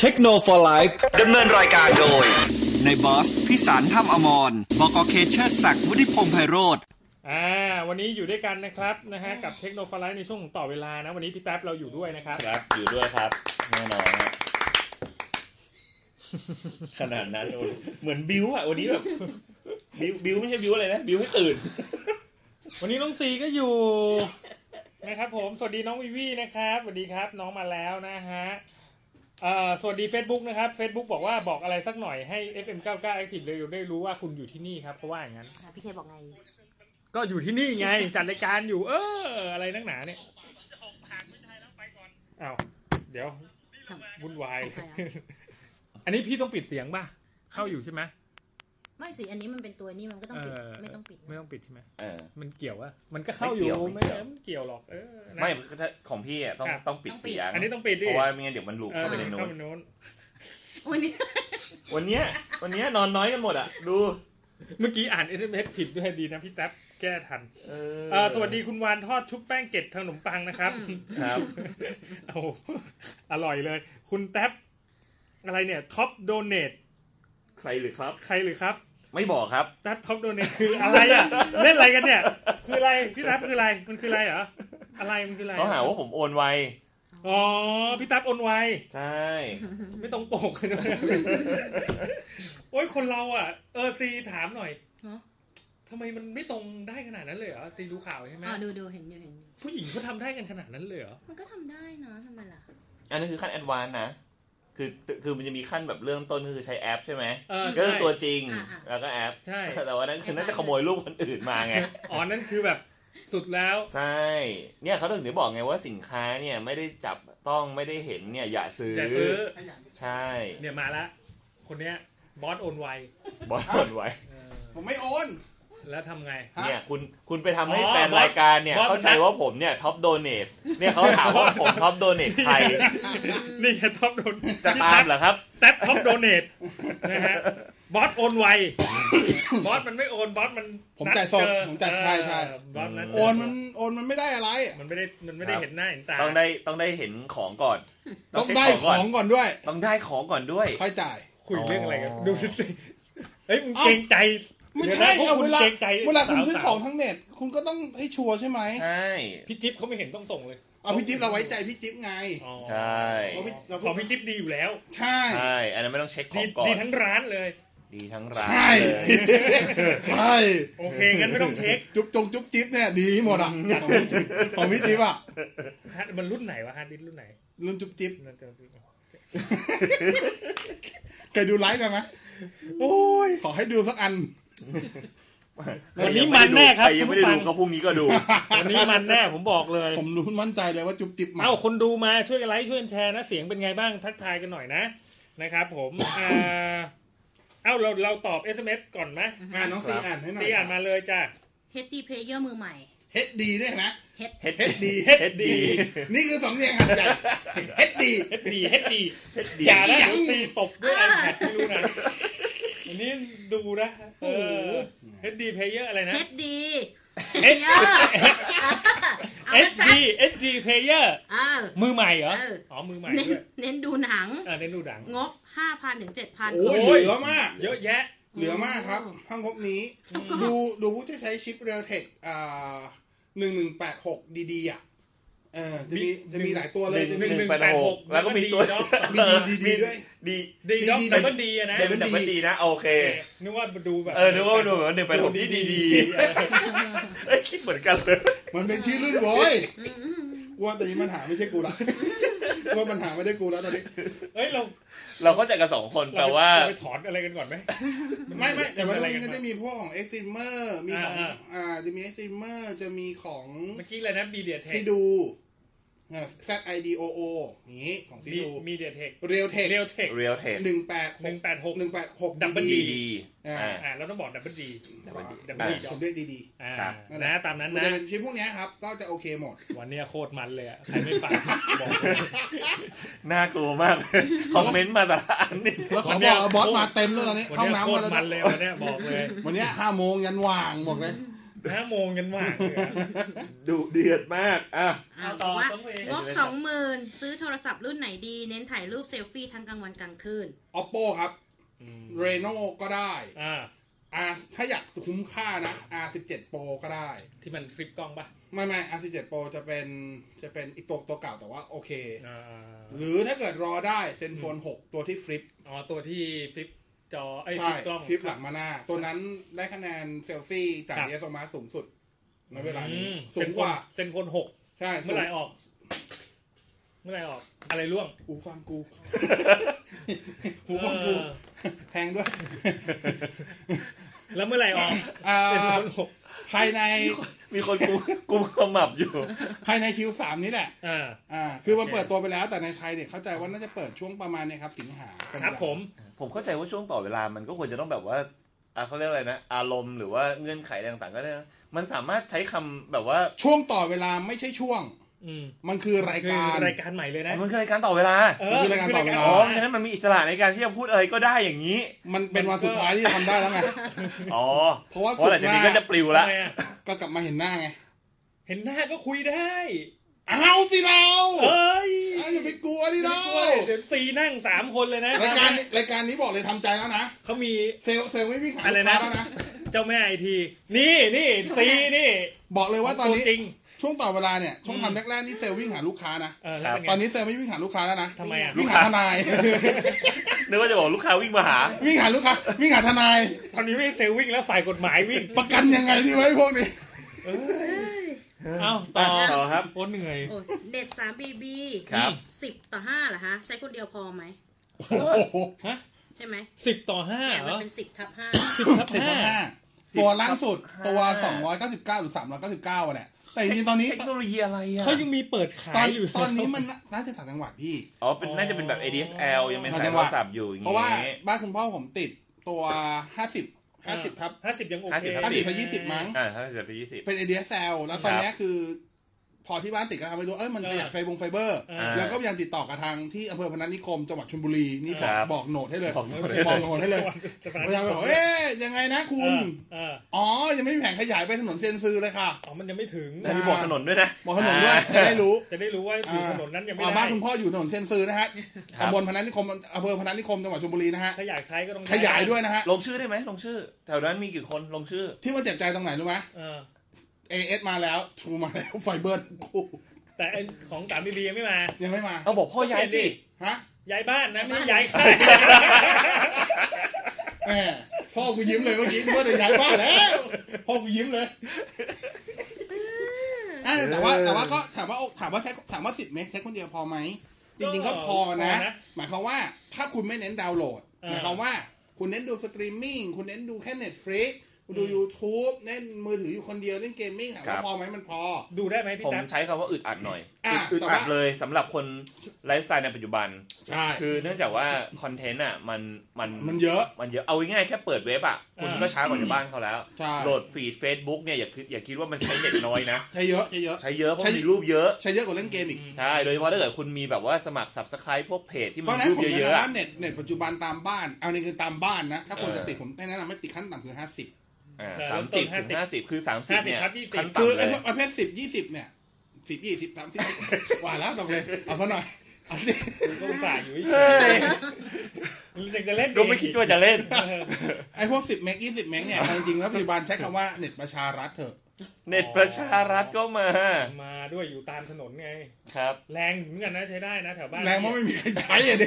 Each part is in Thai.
เทคโนโลยีไลฟ์ ดำเนินรายการโดย ในบอสพิสารถ้ำอมรบกเคเชอร์ศักดิ์วุฒิพงษ์ไพโรธ อ่าวันนี้อยู่ด้วยกันนะครับนะฮะกับเทคโนโลยีในช่วงของต่อเวลานะวันนี้พี่แท็บเราอยู่ด้วยนะครับ ครับ อยู่ด้วยครับแน่นอนฮะขนาดนั้นโอ้ยเหมือนบิวอะวันนี้แบบบิวบิวไม่ใช่บิวอะไรนะ บิวให้ตื่น วันนี้น้องซีก็อยู่นะครับผมสวัสดีน้องวิวีนะครับสวัสดีครับน้องมาแล้วนะฮะเอ่อสวัสดี Facebook นะครับ Facebook บอกว่าบอกอะไรสักหน่อยให้ FM99 Active Radio ได้รู้ว่าคุณอยู่ที่นี่ครับเพราะว่าอย่างนั้น ค่ะพี่เคบอกไง ก็อยู่ที่นี่ไง จัดรายการอยู่ เออ อะไรนักหนาเนี่ยอ้าวเดี๋ยววุ่นวาย ทำไมอะ อันนี้พี่ต้องปิดเสียงป่ะเข้าอยู่ใช่ไหม ไม่สิ อันนี้มันเป็นตัวนี้มันก็ต้องปิด เออ ไม่ต้องปิด ไม่ต้องปิดใช่ไหม เออ มันเกี่ยวอะมันก็เข้าอยู่ ไม่ ไม่ เกี่ยว ไม่เกี่ยวหรอกเออนะ ไม่ถ้าของพี่อะต้อง ครับ ต้องปิดเสียง อันนี้ต้องปิดดิ เพราะว่าไม่งั้นเดี๋ยวมันหลุด เออ เข้าไปในนู้ เข้าน ไปโน้น วันนี้ วันเนี้ยวันเนี้ยนอนน้อยกันหมดอะดู เมื่อกี้อ่านเอสเมผิดด้วยดีนะพี่แท็บแก้ทัน เอ เออสวัสดีคุณวานทอดชุบแป้งเกล็ดขนมปังนะครับ ครับ โอ้โหอร่อยเลย คุณแท็บอะไรเนี่ยท็อปโดเนท ใครหรือครับ ใครหรือครับ ไม่บอกครับ แท็บท็อปโดเนทคืออะไรอะเล่นอะไรกันเนี่ย คืออะไรพี่แท็บคืออะไรมันคืออะไรเหรออะไรมันคืออะไร เขาหาว่าผมโอนไว อ๋อพี่แท็บโอนไว ใช่ ไม่ต้องโปกเลยนะ โอ้ยคนเราอ่ะ เออซีถามหน่อย ฮะ ทำไมมันไม่ตรงได้ขนาดนั้นเลยเหรอซีดูข่าวใช่ไหม อ่าดูดูเห็นอยู่เห็นอยู่ ผู้หญิงเขาทำได้กันขนาดนั้นเลยเหรอ มันก็ทำได้นะทำไมล่ะ อันนี้นคือขั้นแอดวานนะคือคือมันจะมีขั้นแบบเริ่มต้นก็คือใช้แอปใช่ไหม เออ ก็ ใช่ คือตัวจริง อ่าอ่า แล้วก็แอป ใช่ แต่ว่านั่นคือน่าจะขโมยรูปคนอื่นมาไง อ๋อนั่นคือแบบสุดแล้ว ใช่ เนี่ยเขาถึงได้บอกไงว่าสินค้าเนี่ยไม่ได้จับต้องไม่ได้เห็นเนี่ยอย่าซื้อ แต่ซื้อ ใช่ เนี่ยมาละ คนเนี้ยบอสโอนไว บอลคนไว้ ผมไม่โอน แล้วทำไง เนี่ยคุณคุณไปทำให้ อ๋อ แฟนรายการเนี่ย บอส เข้าใจว่าผมเนี่ยท็อปโดเนทเนี่ยเขาถามว่าผมท็อปโดเนทใคร นี่แค่ท็อปโดน จะ พี่ ตาม แท็บ เหรอครับ แท็บท็อปโดเนทนะฮะบอสโอนไว บอสมันไม่โอนบอสมัน ผมจ่ายสด นัเอ ผมจ่ายใช่ใช่ เออบอสนัดเจ โอนมันโอนมันไม่ได้อะไร มันไม่ได้มันไม่ได้ ครับ เห็นหน้าเห็นตา ต้องได้ต้องได้เห็นของก่อน ต้อง เช็ค ได้ของก่อนด้วย ต้องได้ของก่อนด้วย ค่อยจ่าย คุยเรื่องอะไรกัน อ๋อ ดูสิ เอ้ยมึงเกรงใจ ไม่ใช่ ดี๋ยวนะพวเอากคุ เว ณ ลา เกรงใจ เวลาคุณ สๆ ซื้อของทั้งเน็ต คุณก็ต้องให้ชัวร์ใช่ไหม ใช่ พี่จิ๊บเขาไม่เห็นต้องส่งเลย เอาพี่จิ๊บเราไว้ใจพี่จิ๊บไง อ๋อ ใช่ เราพี่เรา ของพี่จิ๊บดีอยู่แล้ว ใช่ ใช่อันนั้นไม่ต้องเช็คข ดี องก่อน ดีทั้งร้านเลย ดีทั้งร้าน ใช่ เลย ใช่ โอเคงั้นไม่ต้องเช็ค จุ๊บจงจุ๊บจิ๊บเนี่ยดีหมดอ่ะของพี่จิ๊บของพี่จิ๊บอ่ะ ฮะมันรุ่นไหนวะฮาร์ดดิสก์รุ่นไหน รุ่นจุ๊บจิ๊บ นั่นจะซื้อ เคยดูไลฟ์กันไหม โอ้ย ขอให้ดูสักอัน วันนี้มันแน่ครับ ใยังไม่ได้ คุณผู้ฟัดูง ก็พรุ่งนี้ก็ดู วันนี้มัน แน่ผมบอกเลย ผมรู้มั่นใจเลยว่าจุ๊บจิ๊บมา เอ้าคนดูมาช่วยกันไลค์ช่วยกันแชร์นะเสียงเป็นไงบ้างทักทายกันหน่อยนะนะครับ ผมอ่าเอ้าเราเราตอบ SMS ก่อนไหม อ่าน้องซีอ่านให้หน่อย ตีอ่านมาเลยจ้ะ HD Player มือใหม่ เฮดดีด้วยนะ Head เฮ็ด HD เฮ็ดดี นี่คือสำเนียงหัดใหญ่เฮดดี เฮ็ดดีเฮ็ดดีอย่านะเดี๋ยวตีตบด้วยไอแพดไม่รู้นะอันนี้ดูนะเออเฮ็ดดีเพลเยอร์อะไรนะ HD เฮ็ด Player เอา เอ็ ละจ้ะ ดีเอ็ดีเพลเยอร์ เอ้า มือใหม่เหรอ เอออ๋ อ๋อมือใหม่ เน้น ด้วย เน้นดูหนัง อ่าเน้นดูดัง งบ 5,000ถึง7,000 โอ้ย โอ้ เห ย ลือมาก เยอะแยะ เหลือมากครับห้างงบนี้ ดูดูผู้ที่ใช้ชิปเร l ลเทคอ่าหนึ่งหนึ่งแปดหกดีๆอ่ะเออจะมีจะมีหลายตัวเลยจะ ห มี นึ่งหนึ่ง หนึ่ง แปดหก แปดหกแล้วก็มีตัว ด็อก มีดีดีดีด้วย ดี ดีด็อก ดีดี แต่ก็ดีอะนะ เด ดี นดับเบิลดีนะโอเค นึกว่าดูแบบ เออนึกว่าดูแบบว่าหนึ่งไปผมที่ดีดีๆเอ้ยคิดเหมือนกันเลย มันเป็นชื่อรุ่นโว้ยกูว่าตอนนี้ปัญหาไม่ใช่กูละกูว่าปัญหาไม่ได้กูแล้วตอนนี้ เอ้ยเรา เราเข้าใจกันสองคน เรา แต่ว่า เราไปถอนอะไรกันก่อนไหม ไม่ไม่แต่ว่าต มั อนน เป็นอะไรกันี้ก็ น จะมีพวกของเอ็กซิเมอร์มีของ อ่า อ่าจะมีเอ็กซิเมอร์จะมีของ เมื่อกี้อะไรนะมีเดียเทค ซีดูแซดไอดีโอโออย่างงี้ของซีดู มีเดียเทค เรลเทค เรียลเทค Real Tech หนึ่งแปด หนึ่งแปดหก หนึ่งแปดหก Double ดี ดี ดีอ่า อ่าเราต้องบอกดับเบิลดี ผม ได้ เรียกผมเรียกดี อ่า ครับ นะตามนั้ ๆ น มัน นะ จะเป็นคลิปพวกเนี้ยครับ ก็จะโอเคหมด วันเนี้ยโคตรมันเลยอะใครไม่ฟัง บอกเลย น่ากลัว มากเลยคอมเมนต์มาแต่ละอันนี่ แล้วขอบอกว่าบอสมาเต็มเลยตอนนี้ วัน ห้อง เนี้ยโค น้ำมา ตร แล้ว มันเลยวันนะเนี้ยบอกเลย วันเนี้ยห้าโมงยันว่างบอกเลย ห้าโมงกันมากเลยอะ ดุเดือดมากอ่ะ เอาต่อ ว่า ต้องเอง งบสองหมื่นซื้อโทรศัพท์รุ่นไหนดี เน้นถ่ายรูปเซลฟี่ทั้งกลางวันกลางคืน oppo ครับเรโนก็ได้ อ่า R ถ้าอยากคุ้มค่านะ R17 Pro ก็ได้ ที่มันฟลิปกล้องปะ ไม่ไม่ R17 Pro จะเป็นจะเป็นอีกตัวตัวเก่าแต่ว่าโอเค อ่า หรือถ้าเกิดรอได้เซนโฟน6 ตัวที่ฟลิป อ๋อตัวที่ฟลิปจอไอ้ยฟ ใช่ ลิปกล้อง ฟลิปหลังมาหน้า ตัวนั้นได้คะแนนเซลฟี่จาก ครับ เยสมาสูงสุดในเวลานี้ อืม สูงกว่า เซนโฟนหก ใช่ เมื่อไหร่ออก เมื่อไหร่ออก อะไรร่วง หูฟังกู หูฟังกู เออ แพง ด้วย แล้วเมื่อไหร่ออก อ่า เซนโฟนหก ภายใน มีคนกูกูขมับอยู่ ภายใน Q3 นี่แหละ อ่า อ่า คือมัน โอเค เปิดตัวไปแล้วแต่ในไทยเนี่ยเข้าใจว่าน่าจะเปิดช่วงประมาณเนี่ยครับ สิงหากัน ครับ ยา ผม ผมเข้าใจว่าช่วงต่อเวลามันก็ควรจะต้องแบบว่าอ่ะเขาเรียกอะไรนะ อารมณ์หรือว่าเงื่อนไขอะไรต่างๆก็ได้นะมันสามารถใช้คำแบบว่า ช่วงต่อเวลาไม่ใช่ช่วง อืม มันคือราย คือ การ รายการใหม่เลยนะ มันคือรายการต่อเวลา เ มันคือรายการต่อเวลา อ๋อเพราะฉะนั้นมันมีอิสระในการที่จะพูดอะไรก็ได้อย่างนี้ มันเป็นวันสุดท้ายที่ทำได้แล้วไง อ๋อ เพราะว่า หลังจากนี้ สุดมาก ก็จะปลิว ทำ ละ ไมอะ ก็กลับมาเห็นหน้าไง เห็นหน้าก็คุยได้ เอาสิเรา เอ้ย เอาอย่าไปกลัวดิเรา เดี๋ยวซีนั่งสามคนเลยนะ รายการนี้รายการนี้บอกเลยทำใจแล้วนะ เขามี เซลลเซลลไม่มีขาย อะไร ลูก นะ ค้าแล้วนะ เจ้าแม่ไอที นี่นี่ซีนี่ บอกเลยว่าตอนนี้ วจริง ช่วงต่อเวลาเนี่ย ช่วงทำแรกๆนี่เซลลวิ่งหาลูกค้านะ เออแล้วเป็นไง ตอนนี้เซลลไม่วิ่งหาลูกค้าแล้วนะ ทำไมอ่ะ วิ่งหาทนาย นึกว่าจะบอกลูกค้าวิ่งมาหา วิ่งหาลูกค้า วิ่งหาทนาย ตอนนี้ไม่เซลวิ่งแล้วฝ่ายกฎหมายวิ่ง ประกันยังไงดีไวะไอ้พวกนี้ เอ้าต่อ ต่อครับ โอ้เหนื่อย โอ้ยเน็ตสามบีบี ครับ สิบต่อห้าเหรอฮะ ใช้คนเดียวพอไหม โอ้โห ใช่ไหม สิบต่อห้า เนี่ย เหร มัน อ เป็นสิบทับห้า สิบทับ สิบ ห้า ห้าตัวล่างสุดตัว 299 หรือ 399แหละ แต่จริงๆตอนนี้ เทคโนโลยีอะไรอ่ะ เขายังมีเปิดขา ตอน ยอยู่ ตอนนี้มันน่าน่าจะต่างจังหวัดพี่ อ๋อเป็นน่าจะเป็นแบบ ADSL ยังเป็นสายโทรศัพท์อยู่อย่าง เพราะว่า งี้ บ้านคุณพ่อผมติดตัวห้าสิบห้าสิบครับ ห้าสิบยังโอ ห้า เค สิบ ห้าสิบไปยี่สิบมั้ง อ่าถ้าจะเป็นยี่สิบ เป็น ADSL แล้วตอนเนี้ยคือ พอที่บ้านติดก็ทำไปดู เอ้ยมันขยายไฟบงไฟเบอร์ อ่า แล้วก็พยายามติดต่อกับทางที่อำเภอพนัสนิคมจังหวัดชลบุรี นี่บอก ครับ บอกโหนดให้เลย บบ อ อก ก โห โห นดนด ให้ ให้ เลย เลย พยายามบอก เอ๊ยยังไงนะคุ เอ ณ อเออ อ๋อ ยังไม่มีแผงขยายไปถนนเซนซือเลยค่ะ อ๋อมันยังไม่ถึง แต่มีบอกถนนด้วยนะ บอกถนนด้วยจะได้รู้ จะได้รู้ว่าอยู่ถนนนั้นยังไม่ อ่า ได้ บ้านคุณพ่ออยู่ถนนเซนซือนะฮะตำบลพนัสนิคมอำเภอพนัสนิคมจังหวัดชลบุรีนะฮะ ถ้าอยากใช้ก็ต้อง ขยายด้วยนะฮะ ลงชื่อได้ไหมลงชื่อ แถวนั้นมีกี่คนลงชื่อ ที่มันเจ็บใจตรงไหนรู้ไหม เออ AS มาแล้ว True มาแล้ว ไฟเบอร์กู แต่ไอ้ของสามบีบียังไม่มา ยังไม่มา เอาบอกพ่อย้ายสิ ฮะ ย้ายบ้าน นะไม่ใช่ย้ายค่าย แหมพ่อกูยิ้มเลยเมื่อกี้นึกว่าจะย้ายบ้านแล้ว พ่อกูยิ้มเลยอ่ะแต่ว่าแต่ว่าก็ถามว่าถามว่าใช้ถามว่าสิทธิ์ไหมใช้คนเดียวพอไหม จริงๆก็พอนะ พอนะ หมายความว่าถ้าคุณไม่เน้นดาวน์โหลด เออ หมายความว่าคุณเน้นดูสตรีมมิ่งคุณเน้นดูแค่ Netflix คุณดู YouTube เล่นมือถืออยู่คนเดียวเล่นเกมมิ่งถาม ครั ว่า บ พอไหมมันพอ ดูได้ไหมพี่ ผม ตั๊บ ใช้คำว่าอึดอัดหน่อย อ่ะ อึด แต่ อั ว่า ดเลยสำหรับคนไลฟ์สไตล์ในปัจจุบัน ใช่ คือเนื่องจากว่าคอนเทนต์อ่ะมันมัน มันเยอะ มันเยอะเอาง่ายๆแค่เปิดเว็บอ่ะคุณก็ช้ากว่าชาวบ้านเขาแล้ว ใช่ โหลดฟีด Facebook เนี่ยอย่าคิดอย่าคิดว่ามันใช้เน็ตน้อยนะ ใช้เยอะใช้เยอะ ใช้เยอะเพราะ ใช้ มีรูปเยอะ ใช้เยอะกว่าเล่นเกมอีก ใช่ โดยเฉพาะถ้าเกิดคุณมีแบบว่าสมัคร subscribe พวกเพจที่ เพ มั ราะ น ฉะนั้น รูป ผม เย แนะ อะๆอะนำว่าเน็ตเน็ตปัจจุบันตามบ้าน เอานี่คือตามบ้านนะ ถ้าคน เออ จะติดผมแนะนำไม่ติดขั้นต่ำคือห้าสิบ สามสิบถึงห้าสิบคือสามสิบ 50 เนี่ย ครับ20 ขั้น คือ ต่ำเล ไยอ้ประเภทสิบยี่สิบเนี่ยสิบยี่สิบสามสิบ ว่าแล้วตกเลย เอาซะหน่อยเอาสิ ก็อุตส่าห์อยู่เฉ เฮ้ ย ย ๆยังจะ เล่น ก็ไม่คิดว่าจะเล่น เออ ไอ้พวกสิบเมกยี่สิบเมกเนี่ยเอาจริงๆแล้วปัจจุบันใช้คำว่าเน็ตประชารัฐเถอะ เน็ตประชารัฐก็มา มาด้วยอยู่ตามถนนไง ครับ แรงเหมือนกันนะใช้ได้นะแถวบ้าน แรงว่าไม่มีใครใช้อะเด็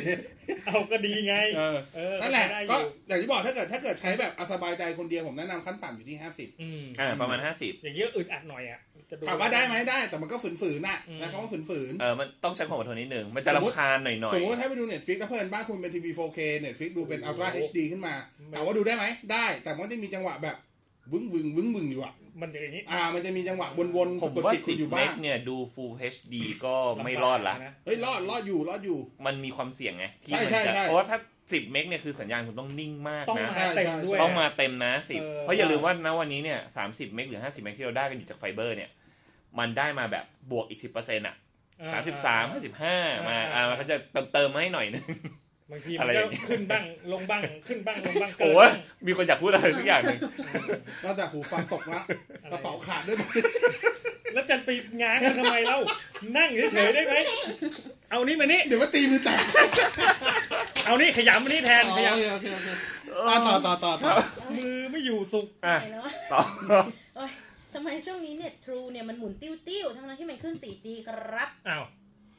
เอาก็ดีไง เออ เออ นั่นแหละ ใช้ได้อยู่ ก็อย่างที่บอกถ้าเกิดถ้าเกิดใช้แบบเอาสบายใจคนเดียวผมแนะนำขั้นต่ำอยู่ที่ห้าสิบ อืม อ่าประมาณห้าสิบ อย่างเงี้ยอึดอัดหน่อยอ่ะจะ ถามว่าได้ไหมได้แต่มันก็ฝืนๆน่ะนะคำว่าฝืนๆ เออมันต้องใช้ความอดทนนิดนึง มันจะรำคาญหน่อยหน่อ ส ย มมติว่าถ้าไปดู Netflix แล้วเพื่อนบ้านคุณเป็นทีวี 4K Netflix ดูเป็น Ultra โอ้โห HD ขึ้นมาถามว่าดูได้ไหม ได้ แต่มันจะมีจังหวะแบบวึ้งวึงวึ้งวึงอยู่อ่ะ มันจะอย่างงี้ อ่า มันจะมีจังหวะวนๆ ผม ตัว ว่า จิตคุ สิ ณ บ อยู่ เม บ้าก ง เนี่ยดู Full HD ก็ไม่รอดำละบากนะ เฮ้ย รอด รอดอยู่ รอดอยู่ มันมีความเสี่ยงไงที่ ใช่ มัน ใช่ จะ ใช่ เพราะว่าถ้าสิบเมกเนี่ยคือสัญญาณคุณต้องนิ่งมาก ต้อง นะ มาเต็มด้วย ต้องมาเต็มนะสิบ เออ เพราะอย่าลืมว่าณวันนี้เนี่ยสามสิบเมกหรือห้าสิบเมกที่เราได้กันอยู่จากไฟเบอร์เนี่ย มันได้มาแบบบวกอีกสิบเปอร์เซ็นต์อ่ะ เออ สามสิบสามห้าสิบห้ามาอ่ามันก็จะเติมเติมๆมาให้หน่อยนึง บางที อะ มัน ไรอ ก็ ย่างเงี้ย ขึ้นบ้างลงบ้างขึ้นบ้างลงบ้างเกิ โอ้ น ย บ้าง มีคนอยากพูดอะไรสักอย่างหนึ่ง นอกจากหูฟังตกละกระเป๋าขาดด้วย ตอนนี้ แล้วจันไปง้างมันทำไมเล่านั่งเฉยๆได้ไหมเอานี่มานี่ เดี๋ยวว่าตีมือแตก เอานี่ขยำมานี่แทน โอ ข เค ย โอเคโอเคอ่ะต่อต่อต่อต่อ ำมือไม่อยู่สุก อ่ะ ไหนแล้ววะ ต่อ โอ๊ยทำไมช่วงนี้เน็ตทรูเนี่ยมันหมุนติ้วๆ ทั้งนั้นที่มันขึ้น 4G ครับ อ้าว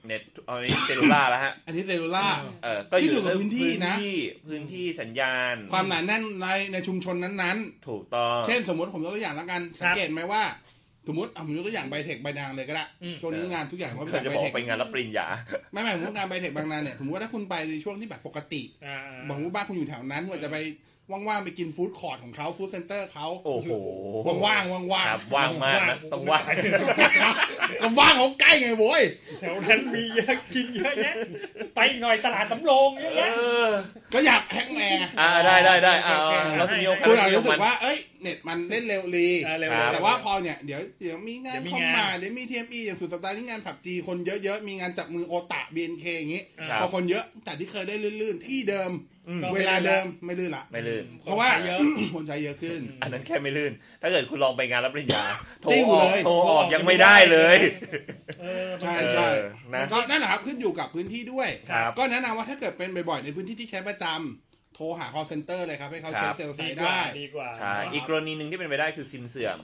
เน็ตเอาอันนี้เซลลูล่าแล้วฮะ อันนี้เซลลูล่า เออก็อ ที่อยู่ ยู่ กับพื้นที่นะ พื้ที่พื้นที่สัญญาณ ความหนาแน่นในในชุมชนนั้น ถูกต้อง ๆ เช่นสมมติผมยกตัวอย่างแล้วกัน สังเกตไหมว่า สมมติเอาผมยกตัวอย่างไบเทคใบนางเลยก็ได้ช่วงนี้งานทุกอย่างเขา เขา ไป จะ ไบบ อ เท ก ค ไปงานรับปริญญา ไม่ไม่ผมว่างานไบเทคบางนาเนี่ยผมว่าถ้าคุณไปในช่วงที่แบบปกติ อ่า บางว่าบ้านคุณอยู่แถวนั้นคุณอาจจะไปว่างๆไปกินฟู้ดคอร์ทของเขาฟู้ดเซ็นเตอร์เขา โอ้โห ว่างๆว่าง ครับว่างมากนะต้องว่าง ๆก็ว่างเขาใกล้ไงโว้ย แถวนั้นมีเยอะกินเยอะแยะไปอีกหน่อยตลาดสำโรงเยอะ เอ แยะ อ ก็อยากแฮกแมร์ อ่าได้ได้ได้เอา โอเคโอเค เราจะมีโอกาส คุณอาจจะ ได้ รู้สึ มั ก น ว่า เอ้ยเน็ตมันเล่นเร็วลี อ่าเร็ว ครับ ๆ แต่ว่าพอเนี่ยเดี๋ยวเดี๋ยวมีงาน เดี๋ยวมี เข้าง าน มาเดี๋ยวมีทีมอีอย่างสุดสัปดาห์นี้งานผับจีคนเยอะๆ มีงานจับมือโอตะบีเอ็นเคอย่างงี้ ครับ พอคนเยอะแต่ที่เคยได้ลื่นๆ ที่เดิม ก็ เว ไป็นไร ลาเดิมไม่ลื่นละ ไม่ลื่น เพราะว่า คนไปเยอะ คนใช้เยอะขึ้น อันนั้นแค่ไม่ลื่น ถ้าเกิดคุณลองไปงานรับปริญญา โทร ติ้ง ออก เลย โทรออกยังไม่ได้เลย เออ ใช่ เอ ใช่ อนะ ก็นั่นแหละครับขึ้นอยู่กับพื้นที่ด้วย ครับ ก็แนะนำว่าถ้าเกิดเป็นบ่อยๆ ในพื้นที่ที่ใช้ประจำโทรหา call center เลยครับ ให้เขาเช็คเซลล์ไซ ดี ด์ กว่า ได้ ดีกว่า ใช่ อีกกรณีหนึ่งที่เป็นไปได้คือซิมเสื่อม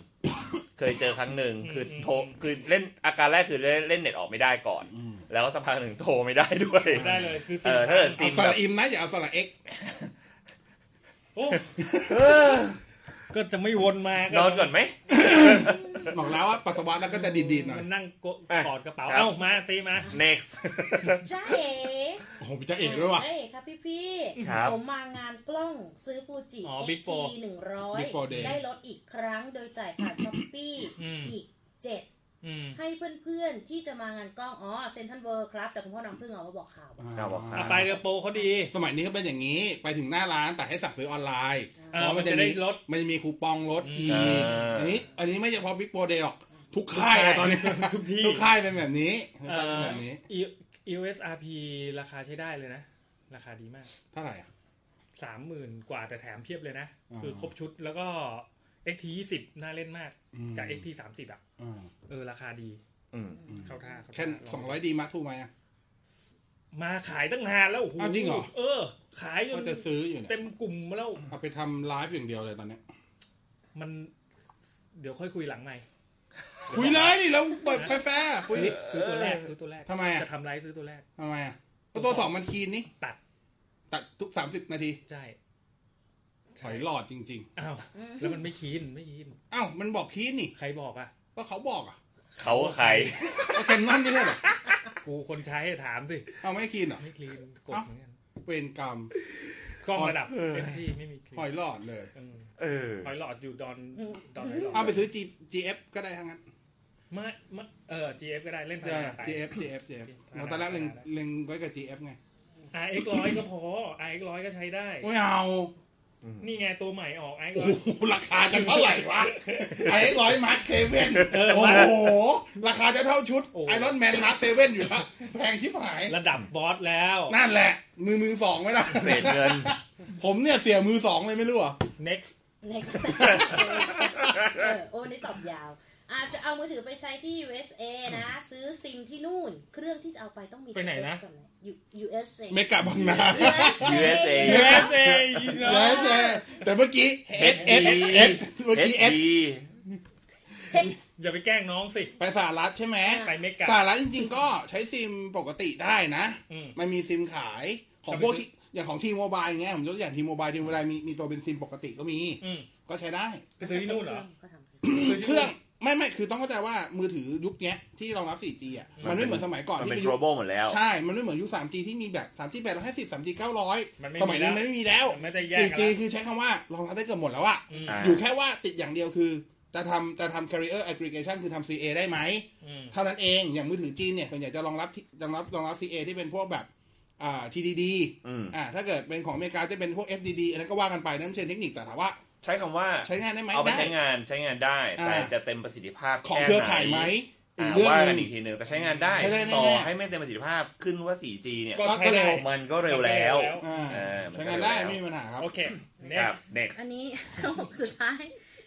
เคยเจอครั้งหนึ่งคือโทร คือเล่นอาการแรกคือเล่นเล่นเน็ตออกไม่ได้ก่อน แล้วก็สักพักหนึ่งโทรไม่ได้ด้วย ได้เลยคือซิมเออถ้าเกิดซิมเอาส แบ ระ บ อิมนะอย่าเอาสระเอ็กซ์ โอ้ เออ ก็จะไม่วนมาน อนก่อนไหม บอกแล้วว่าปัสสาวะแล้วก็จะดีดๆหน่อย มันนั่งโกะ อ่ะ กอดกระเป๋า ครับ เอ้ามาซีมา next จ้าเอ๋ โอ้โหจะเอกด้วยว่ะ เอ๋ครับพี่พี่ๆ ครับ ผมมางานกล้องซื้อฟูจิ อ๋อ Big Four หนึ่งร้อย Big Four Day ได้ลดอีกครั้งโดยจ่ายผ่านช้อปปี้ อืม อีกเจ็ด อืม ให้เพื่อนๆ ที่จะมางานกล้อง อ๋อเซนทันเวิร์ครับ จากคุณพ่อน้ำพึ่งเอามาบอกข่าว เอาบอกครับ เอาไปเรือโปรเขาดี สมัยนี้ก็เป็นอย่างนี้ไปถึงหน้าร้านแต่ให้สั่งซื้อออนไลน์ อ่ามันจะได้ลด มันจะมีคูปองลดอี อ่ากอันนี้ อันนี้ไม่เฉพาะบิ๊กโปรเดย์หรอกทุกค่ายอะตอนนี้ ทุกที่ ทุกค่ายเป็นแบบนี้ทุก เอ่ ค่ายเป็น อ แบบนี้ E- EOSRP ราคาใช้ได้เลยนะ ราคาดีมาก เท่าไหร่อะ สามหมื่นกว่าแต่แถมเพียบเลยนะ อ่า คือครบชุดแล้วก็ XT 20น่าเล่นมาก อืม กับ XT 30อ่ะ อ่า เออ ราคาดี อืม เข้าท่าเข้าท่า แค่สองร้อยดีมาร์ทูไหมอะ มาขายตั้งนานแล้วโอ้โห อ้าวจริงเหรอ เออ ขายจ ก็ น จะซื้ออยู่ เต็ เนี่ย มกลุ่มแล้ว เอาไปทำไลฟ์อย่างเดียวเลยตอนเนี้ย มัน เดี๋ยวค่อยคุยหลังใหม่ คุยเลยดิแล้วเปิดแฟร์ๆคุยดิ ซื้อตัวแรกซื้อตัวแรก ทำไมอะ จะทำไลฟ์ซื้อตัวแรก ทำไมอ่ะก็ตัวสองมันคีนนี่ ตัด ตัดทุกสามสิบนาที ใช่ ถอยหลอดจริง อ้าวแล้วมันไม่คีนไม่คีน ๆ อ้าวมันบอกคีนนี่ ใครบอกอ่ะ ก็เขาบอกอ่ะ เขาใคร ก็แคนนอนไม่ใช่เหรอ กูคนใช้ให้ถามสิ เอาไม่คีนเหรอ ไม่คลีนกดเหมือนกัน เวรกรรม กล้องระดับเต็มที่ไม่มีคลีน ถอยหลอดเลย เออ หอยหลอดอยู่ดอนดอนหอยหลอด เอาไปซื้อ G GF ก็ได้ทั้งนั้น ไม่ไม่เออ GF ก็ได้เล่นพ จะ ลังงานไป GF GF GF เราตอนแรกเล็งเล็งไว้กับ GF ไง RX ร้อยก็พอ RX ร้อยก็ใช้ได้ ไม่เอา นี่ไงตัวใหม่ออก RX โอ้ ร้ โห อย ราคาจะเท่าไหร่วะไอ้ร้อยมาร์คเซเว่นโอ้โห ราคาจะเท่าชุดไอรอนแมนมาร์คเซเว่นอยู่ละแพงชิบหาย ระดับบอสแล้ว นั่นแหละ มือมือสองไม่ได้ เศษเงิน ผมเนี่ยเสียมือสองเลยไม่รู้เหรอ่ะ next ในกระ เออโอ้นี่ตอบยาว อาจจะเอามือถือไปใช้ที่ USA นะ ซื้อซิมที่นู่น เครื่องที่จะเอาไปต้องมี ไปไหนนะ สเปคก่อ USA เมกะบางนา USA USA เย้เซแต่เมื่อกี้ S S S เมื่อกี้ S SD อย่าไปแกล้งน้องสิ ไปสหรัฐใช่ไหม ไปเมกะ สหรัฐจริงๆ ก็ใช้ซิมปกติได้นะ อืม มันมีซิมขายของพวก ก็ไปซื้อที่อย่างของทีโมบายเงี้ยผมยกตัวอย่างทีโมบายทีโมบายมีมีตัวเป็นซิมปกติก็มี อืม ก็ใช้ได้ ไปซื้อที่นู่นเหรอ ก็ทำ เครื่องไม่ไม่คือต้องเข้าใจว่ามือถือยุคเนี้ยที่รองรับ 4G อ่ะมันไม่เหมือนสมัยก่อน มัน ที่ เป็น มี global หมดแล้ว ใช่ มันไม่เหมือนยุค 3G ที่มีแบบ 3G 850 3G มันไม่ 900 มี สมัยนี้ แล้ว มันไม่มีแล้ว มันไม่ได้แยกกัน 4G คือใช้คำว่ารองรับได้เกือบหมดแล้วอะ อ่า อยู่แค่ว่าติดอย่างเดียวคือ จะทำจะทำ carrier aggregation คือทำ CA ได้ไหม อืม เท่านั้นเอง อย่างมือถือจีนเนี่ย ส่วนใหญ่จะรองรับที่รองรับรองรับ CA ที่เป็นพวกแบบอ่า TDD อืม อ่า ถ้าเกิดเป็นของอเมริกาจะเป็นพวก FDD อันนั้นก็ว่ากันไปนั่นไม่ใช่เทคนิคแต่ถามว่า ใช้คำว่า ใช้งานได้ไหม เอาไป ได้ ใช้งานใช้งานได้ แต่ อ่า จะเต็มประสิทธิภาพ ของ แ เครือข่ายไหม อีก อ่า เรื่อง ว่า ห กั นึ่ น ง อีกทีหนึ่งแต่ใช้งานได้ ใช้ได้แน่ๆ ต่อให้ไม่เต็มประสิทธิภาพขึ้นว่า 4G เนี่ย ก็ใช้ ก็เร็ ได้ ว มันก็เร็วแล้ว อ่า เออมันก็ ใช้งานได้ เร็วแล้ว ไม่มีปัญหาครับ โอเค ครับ next next อันนี้ สุดท้าย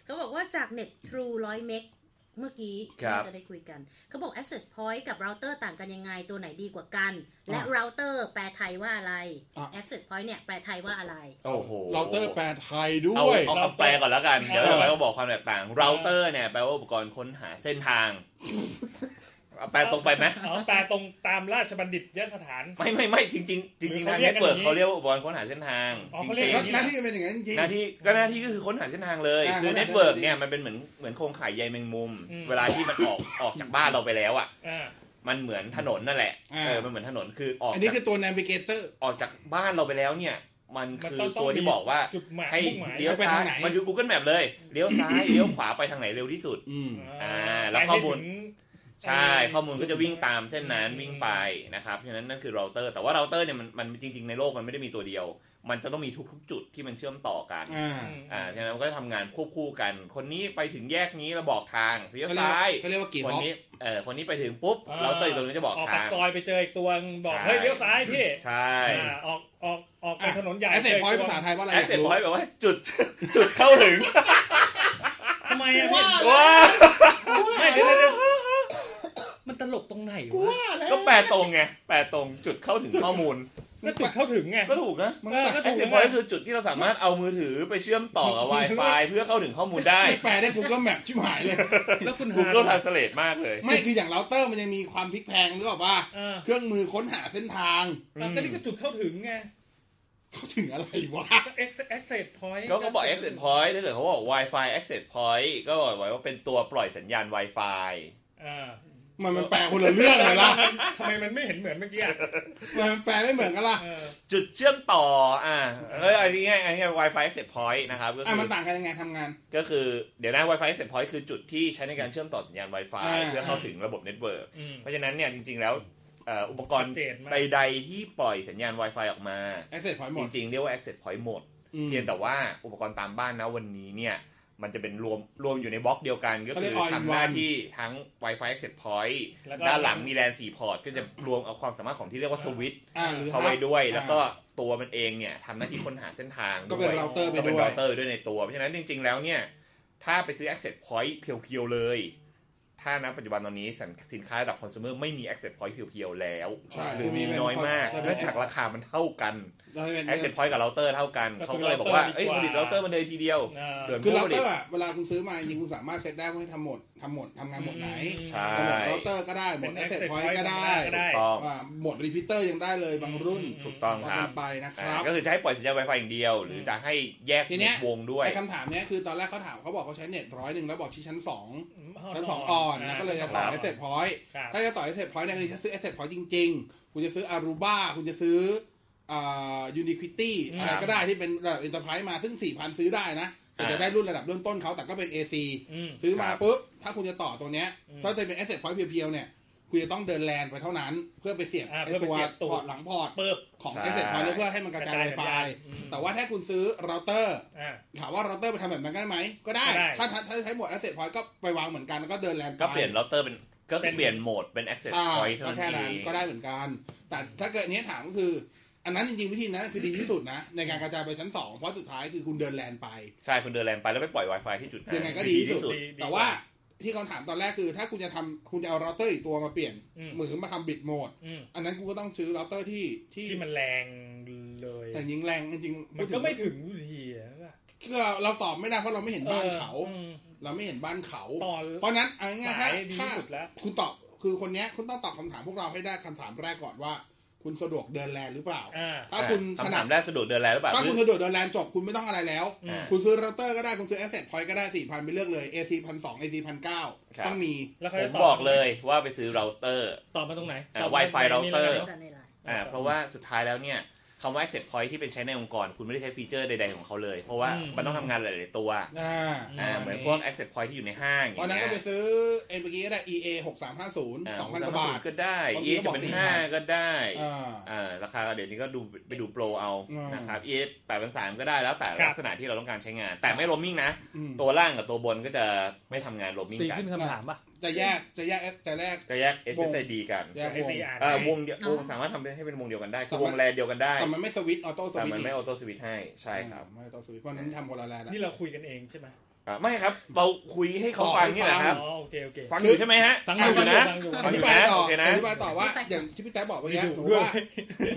เขาบอกว่าจากเน็ต True 100 เมกเมื่อกี้ ครับ น่าจะได้คุยกัน เขาบอก Access Point กับเราเตอร์ต่างกันยังไงตัวไหนดีกว่ากัน และ อ่ะ เราเตอร์แปลไทยว่าอะไร อ่ะ Access Point เนี่ยแปลไทยว่าอะไร โอ้โห เราเตอร์แปลไทยด้ เอา วย เอาคำแปลก่อนแล้วกัน เดี๋ยว เออ เราไปก็บอกความแตกต่าง เราเตอร์เนี่ยแปลว่าอุปกรณ์ค้นหาเส้นทางเอาแปลตรงไปไหม อ๋อแปลตรงตามราชบัณฑิตยสถาน ไม่ไม่ไม่จริง ๆ จริงๆทาง เขาเรียกเน็ต กัน เวิร์ก อย่างนี้ เขาเรียกว่าอุปกรณ์ค้นหาเส้นทาง อ๋อเขาเรียก ก็ อย่ง หน้าที่เป็นอย่างนั้นจริง หน้าที่ก็หน้าที่ก็คือค้นหาเส้นทางเลย อ่า คือ ค้นหา เน็ตเวิร์ก เส้นทาง เนี่ยมันเป็นเหมือนเหมือนโครงข่ายใยแมงมุม อืม เวลาที่มันออกออกจากบ้านเราไปแล้วอ่ะ อ่า มันเหมือนถนนนั่นแหละ อ่า เออมันเหมือนถนนคือออก อันนี้ จาก คือตัว navigator ออกจากบ้านเราไปแล้วเนี่ย มัน มัน คือ ต้อง ตัวที่บอกว่า จุดหมาย ให้ มุ่งหมาย เลี้ยว ไป ซ้า ทาย งไหน มันคือ Google Map เลยเลี้ยวซ้าย เลี้ยวขวาไปทางไหนเร็วที่สุด อืม อ่าแล้วข้อมูล ใช่ อ่า ข้อมูลก็จะวิ่งตามเส้นนั้นวิ่งไปนะครับฉะนั้นนั่นคือเราเตอร์ แต่ว่าเราเตอร์เนี่ยมันมันจริง ๆ ในโลกมันไม่ได้มีตัวเดียว มันจะต้องมีทุกๆ จุดที่มันเชื่อมต่อกัน อ่า อ่าฉะนั้นมันก็จะทำงานควบคู่กัน คนนี้ไปถึงแยกนี้เราบอกทางเลี้ยวซ้าย ก็เรียกว่ากี่ ค ฮ น อป นี้เออคนนี้ไปถึงปุ๊บ อ่า เราเตอร์อยู่ตรงนี้จะบอก ออกปา ทาก ง ซอยไปเจออีกตัวหนึ่งบอก ใช่ เฮ้ยเลี้ยวซ้ายพี่ ใช่ อ่าออกออกออกไปถนนใหญ่ แอสเซท จกตัพอ วย ต์ภาษาไทยว่าอะไร แอสอยาก เซท รู้ พอยต์แบบว่าจุดจุดเข้าถึง ทำไมอะพี่ ว้า ไม่เดี๋ยวเดี๋ยวเดี๋ยวมันตลกตรงไหน กู วะ ว่าแล้ว ก็แปลตรงไง แปลตรงจุดเข้าถึงข้อมูล ก็จุดเข้าถึงไง ก็ถูกนะ มึง เออ แปล ไอ้สิบพอยต์คือจุดที่เราสามารถเอามือถือไปเชื่อมต่อ กับ Wi-Fi เพื่อเข้าถึงข้อมูลได้ ไม่แปลได้ Google Map ชิบหาย เลย แล้วคุณหา Google Translate มากเลย ไม่คืออย่างเราเตอร์มันยังมีความพลิกแพลงหรือเปล่า เออ เครื่องมือค้นหาเส้นทาง อ่ะก็นี่ก็จุดเข้าถึงไง เขาถึงอะไรวะ ก็ access- access point ก็เขาบอก access point ถ้าเกิดเขาบอก Wi-Fi access point ก็บอกไว้ว่าเป็นตัวปล่อยสัญญาณ Wi-Fi อ่า มันมันแปลคนละเรื่องเลยล่ะ ทำไมมันไม่เห็นเหมือนเมื่อกี้อ่ะ มันแปลไม่เหมือนกันล่ะ เออ จุดเชื่อมต่ออ่าเอออันนี้ง่ายอันนี้ Wi-Fi access point นะครับก็คือ่ะมัน อ ต่างกันยังไงทำงาน ก็คือเดี๋ยวนะ Wi-Fi Access Point คือจุดที่ใช้ในการเชื่อมต่อสัญญาณ Wi-Fi อ่า เพื่อเข้าถึงระบบเน็ตเวิร์ก อืม เพราะฉะนั้นเนี่ยจริง ๆ แล้วเอ่ออุปกร ชั ณ์ ดเจนมาก ใดๆที่ปล่อยสัญญาณ Wi-Fi ออกมา Access Point หม จ ด ริง ๆ เรียกว่า Access Point หมด อืม เพียงแต่ว่าอุปกรณ์ตามบ้านนะวันนี้เนี่ยมันจะเป็นรวมรวมอยู่ในบล็อกเดียวกันก็ เขาเรี คื ย อก all in ทำหน้า one ที่ทั้ง Wi-Fi Access Point แล้วก็ ด้านหลังมีแลน4พอร์ตก็จะรวมเอาความสามารถของที่เรียกว่าสวิตช์ อ่าหรือ เข้าไปด้วย อ่า แล้วก็ตัวมันเองเนี่ยทำหน้าที่ค้นหาเส้นทาง ก็เป็น ด้วย เราเตอร์ไป ก็เป็น ด้ว เรา ย เตอร์ด้วยในตัว เพราะฉะนั้นจริงๆ แล้วเนี่ย ถ้าไปซื้อ access point เพียวๆ เลย ถ้านะปัจจุบันตอนนี้สินสินค้าระดับคอน sumer ไม่มี access point เพียวๆ แล้ว ใช่ หรือมีน้อยมาก แต่เป็น เนื่องจากราคามันเท่ากัน เราเป็น access point กับเราเตอร์เท่ากัน ก็ เขา ซื้อ ก็เลยบอกว่า router เอ้ย ดีกว่าผลิตเราเตอร์มันเลยทีเดียว อ่า ส่วน คือ ผู้ เรา ผ เต ลิตอร์อะเวลาคุณซื้อมาจริงๆคุณสามารถเซตได้ว่าให้ทำหมดทำหมดทำงานหมดไหน ใช่ ทำหมดเราเตอร์ก็ได้หม เป็ ด น Access access Point point ก็ได้ ก็ได้ ต้อง ว่าหมดรีพิเตอร์ยังได้เลยบางรุ่น ถูกต้อง ว่า ค กั รับ นไปนะค อ่า รับ ก็คือจะให้ปล่อยสัญญาณ Wi-Fi อย่างเดียว หรือจะให้แยก ทีเนี้ย วงด้วย ไอ้คำถามเนี้ยคือตอนแรกเขาถามเขาบอกเขาใช้เน็ตร้อยหนึ่งแล้วบอกที่ชั้นสอง ห้ ชั้นสองอ่อนแล้วก็เลยจะต่อ ครับ Access Point ครับ ถ้าจะต่อ Asset Point เนี่ยคือจะซื้อ Asset Point จริง ๆ คุณจะซื้อ Aruba คุณจะซื้ออ่า Uniquity อะไรก็ได้ที่เป็นระดับ Enterprise มาซึ่ง 4,000 ซื้อได้นะแต่จะได้รุ่นระดับเริ่มต้นเขาแต่ก็เป็น AC อืม ซื้อมา ครับ ปุ๊บ ถ้าคุณจะต่อตัวเนี้ย ถ้าจะเป็น Asset Point เพียวๆ เนี่ย คุณจะต้องเดินแลนไปเท่านั้น เพื่อไปเสียบ อ่า ไอ้ เพื่อไป ตัว เสียบตัว พอร์ตหลังพอร์ต เปิบ ของ ใช่ Asset Point แล้วเพื่อให้มันกระจาย กระจาย Wi-Fi แต่ว่าถ้าคุณซื้อเราเตอร์ อ่า ถามว่าเราเตอร์ไปทำแบบนั้นได้ไหม ก็ได้ ก็ได้ ถ้าถ้าถ้าใช้หมด Asset Point ก็ไปวางเหมือนกันแล้วก็เดินแลนไป ก็เปลี่ยนเราเตอร์เป็นก็คือ เป็น เปลี่ยนโหมดเป็น access อ่า point เท่านั้ก็แค่ นเอ นั้น ง ก็ได้เหมือนกัน แต่ถ้าเกิดเนี้ยถามก็คือ อันนั้นจริงๆวิธีนั้นคือดีที่สุดนะ ในการกระจายไปชั้นสองเพราะสุดท้ายคือคุณเดินแลนไป ใช่คุณเดินแลนไปแล้วไปปล่อย Wi-Fi ที่จุดนั้น ยังไงก็ดีที่สุด ดีดี แต่ว่าที่เขาถามตอนแรกคือ ถ้าคุณจะทำคุณจะเอาเราเตอร์อีกตัวมาเปลี่ยน อืม เหมือนมาทำบิดโหมด อืม อันนั้นกูก็ต้องซื้อเราเตอร์ที่ที่ ที่มันแรงเลย แต่ยิงแรงจริงๆ มันก็ไม่ถึงอยู่ดีอะ คือเราเราตอบไม่ได้เพราะเราไม่เห็นบ้าน เออ เขา อืม เราไม่เห็นบ้านเขา ตอน เพราะนั้นเอาง่ายๆถ้า สายดีที่ ถ้า สุดแล้ว คุณตอบคือคนเนี้ยคุณต้องตอบคำถามพวกเราให้ได้คำถามแรกก่อนว่า คุณสะดวกเดินแลนหรือเปล่า อ่า ถ้าคุณถ คำ นั ถา ด มแรกสะดวกเดินแลนหรือเปล่า ถ้าคุณสะดวกเดินแลนจบคุณไม่ต้องอะไรแล้ว อืม คุณซื้อเราเตอร์ก็ได้ คุณซื้อ Asset Point ก็ได้ 4,000 ไปเลือกเลย AC 1,200 AC ครับ 1,900ต้องมี แล้วเขา ผ จะ ม ต บอกเลยว่าไปซื้อเราเตอร์ ตอบมาตรงไหน อ่า ตอบ Wi-Fi ในนี้แล้วกัน เออ นอะ จะในไลน์ อ่าเพราะว่าสุดท้ายแล้วเนี่ยคำว่า access point ที่เป็นใช้ในองค์กร คุณไม่ได้ใช้ฟีเจอร์ใดๆของเขาเลย เพราะว่า อืม มันต้องทำงานหลายๆตัว อ่า อ่าเหมือนพวก access point ที่อยู่ในห้างอย่า วัน ง นั้น เงี้ ก็ไป ย ซื้อเอ็นเมื่อกี้ก็ได้ EA 6350 2,000กว่าบาท ก็ได้ บางที อี ก็ จะ บอก เป็น สี่พัน ห้าก็ได้ อ่า อ่า ราคาเดี๋ยวนี้ก็ดูไปดูโปรเอา อืม นะครับ e s 8 3 0 0ก็ได้แล้วแต่ ครับ ลักษณะที่เราต้องการใช้งาน แต่ไม่โรมมิ่งนะ อืม ตัวล่างกับตัวบนก็จะไม่ทำงานโรมมิ่ง สี กัน ขึ้นคำถามป่ะ จะแยกจะแยกแต่แรก จะแยก SSID กัน แยก ไอซีอาร์ เอ่อวงเดียว อ๋อ วงสามารถทำให้เป็นวงเดียวกันได้คื แต่ อ มัน วงแลเดียวกันได้ แต่มันไม่สวิตช์ออโต้ส แต่ วิตช์ มัน นี่ ไม่ออโต้สวิตให้ใช่ครับ ไม่ออโต้สวิตช์เพราะฉะนั้นทำคนละแลนด์อะ นี่เราคุยกันเองใช่ไหม อ่ะไม่ครับ เราคุยให้เขาฟังนี่แหละครับ อ๋อโอเคโอเค ฟังอยู่ใช่ไหมฮะ ฟังอ ฟั ยู่ งอยู่นะ ฟังอยู่ อ ฟังอ ธิ ยู่ บาย นะ ต่อ โอเคนะ อธิบายต่อว่าอย่างที่พี่แต๊บบอกเมื่อกี้หนูว่า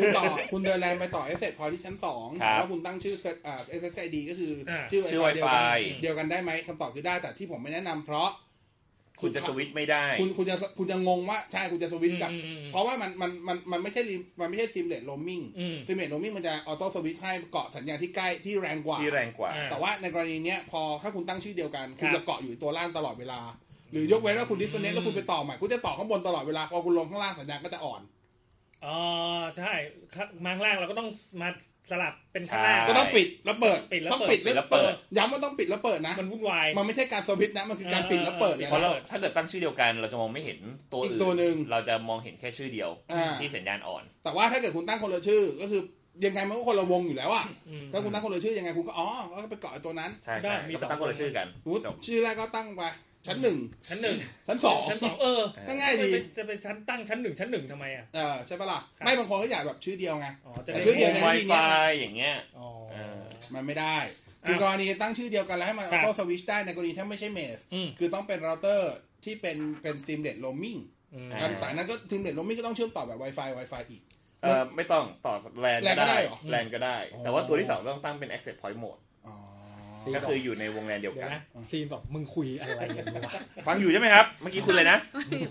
คุณต่อคุณเดินแลนด์ไปต่อเอสเซทพอยที่ชั้นสอง ครับ แล้วคุณตั้งชื่อเซตเอ่อ SSID ก็คืออา ชื่อ ชื่อ Wi-Fi เดียวกัน Wi-Fi เดียวกันได้ไหมคำตอบคือได้แต่ที่ผมไม่แนะนำเพราะ คุณจะสวิตช์ไม่ได้ คุณคุณจะคุณจะงงว่าใช่คุณจะสวิตช์กับ อืมอืมอืม เพราะว่ามันมันมันมันไม่ใช่รีมันไม่ใช่ซิมเลตโรมมิ่ง อืม ซิมเลตโรมมิ่งมันจะออโต้สวิตช์ให้เกาะสัญญาณที่ใกล้ที่แรงกว่า ที่แรงกว่า อ่า แต่ว่าในกรณีเนี้ยพอถ้าคุณตั้งชื่อเดียวกัน คุคณรับ จะเกาะอยู่ตัวล่างตลอดเวลา หรือยกเว้นว่าคุณดิสโ n เน t แล้วคุณไปต่อใหม่ คุณจะต่อข้างบนตลอดเวลา พอคุณลงข้างล่างสัญญาณก็จะอ่อน อ๋อใช่ครับมาข้างล่างเราก็ต้องมาสลับเป็นข้างล่าง ใช่ ก็ต้องปิดแล้วเปิด ปิดแล้ว ต้อง เปิด ปิด ปิดแล้ แล้ว ว เปิ เปิ ด ด ย้ำว่าต้องปิดแล้วเปิดนะ มันวุ่นวาย มันไม่ใช่การสวิตช์นะมันคือการปิดแล้วเปิดเลย เพราะ นะ เราถ้าเกิดตั้งชื่อเดียวกัน เราจะมองไม่เห็นตัว อีก อื่ ตัวหนึ่ง เราจะมองเห็นแค่ชื่อเดียว อ่า ที่สัญญาณอ่อน แต่ว่าถ้าเกิดคุณตั้งคนละชื่อ ก็คือยังไงมันก็คนละวงอยู่แล้วอะ อืม ถ้าคุณตั้งคนละชื่อยังไงคุณก็อ๋อก็ไปเกาะไอ้ตัวนั้น ใช่ ได้ ใช่ มี ก็ สอง ตั้งคนละชื่อกัน สมมุติ จบ ชื่อแรกก็ตั้งไปชั้นหนึ่ง ชั้นหนึ่ง ชั้นสอง ชั้นสองเออ ก็ง่ายดี จะเป็นจะเป็นชั้นตั้งชั้นหนึ่งชั้นหนึ่งทำไมอ่ะ เออใช่ปะล่ะ ครับ ไม่บางคนก็อยากแบบชื่อเดียวไง อ๋อจะ แต่ ได้ ชื่อเดียวนะ ไวไฟอย่างเงี้ย อ๋อ มันไม่ได้ คือกรณีตั้งชื่อเดียวกันแล้วให้มัน ครับเอาโต้สวิชได้ในกรณีถ้าไม่ใช่เมส อืม คือต้องเป็นเราเตอร์ที่เป็นเป็นซิมเลตโรมมิ่ง อืม อ่า การแต่นั้นก็ซิมเลตโรมมิ่งก็ต้องเชื่อมต่อแบบ Wi-Fi Wi-Fi อีก เออไม่ต้องต่อแลน แลนก็ ก็ ได้ ได้ เหรอ แลนก็ได้ อ๋อ แต่ว่าตัวที่สองต้องตั้งเป็น access point mode อ๋อ ซีน ก็ บอ คืออยู่ในวงแลนเดียว เดี๋ย กั วน นะซีนบอกมึงคุยอะไรกันวะ ฟังอยู่ใช่ไหมครับ เมื่อกี้คุณเลยนะ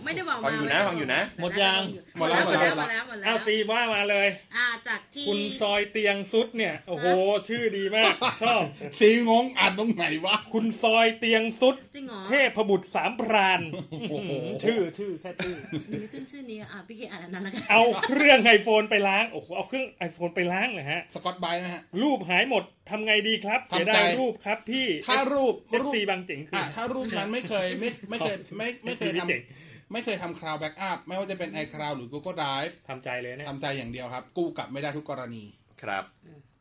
ไม่ได้บอกมา ฟังอยู่นะฟังอยู่นะ หมดยัง หมดแล้วหมดแล้วห ห ม ม ด ดแล้แล้ววหมดแล้ว อ้าวซีว่ามาเลย อ่าจากที่ คุณซอยเตียงซุดเนี่ย โอ้โห ชื่อดีมาก ชอบ ซีงงอ่านตรงไหนวะ คุณซอยเตียงซุด จริงเหรอ เทพบุตรสามพราน โอ้โห ชื่อชื่อแค่ชื่อ นี่ขึ้นชื่อนี้อ่ะพี่เคอ่านอันนั้นแล้วกัน เอาเครื่องไอโฟนไปล้าง โอ้โห เอาเครื่อง iPhone ไปล้างเลยฮะ สกอตไบรท์นะฮะ รูปหายหมดทำไงดีครับ ทำเสียใจดายรูปครับพี่ ถ้ารูป เอฟ รูป ซีบางเจ๋งคื อ่ะ อ ถ้ารูปนั้นไม่เคยไม่ไม่เคยไม่ไม่เคย ที่ ทำ เจ๋ง ไม่เคยทำ cloud backup ไม่ว่าจะเป็น iCloud หรือ Google Drive ทำใจเลยเนี่ย ทำใจอย่างเดียวครับ กู้กลับไม่ได้ทุกกรณี ครับ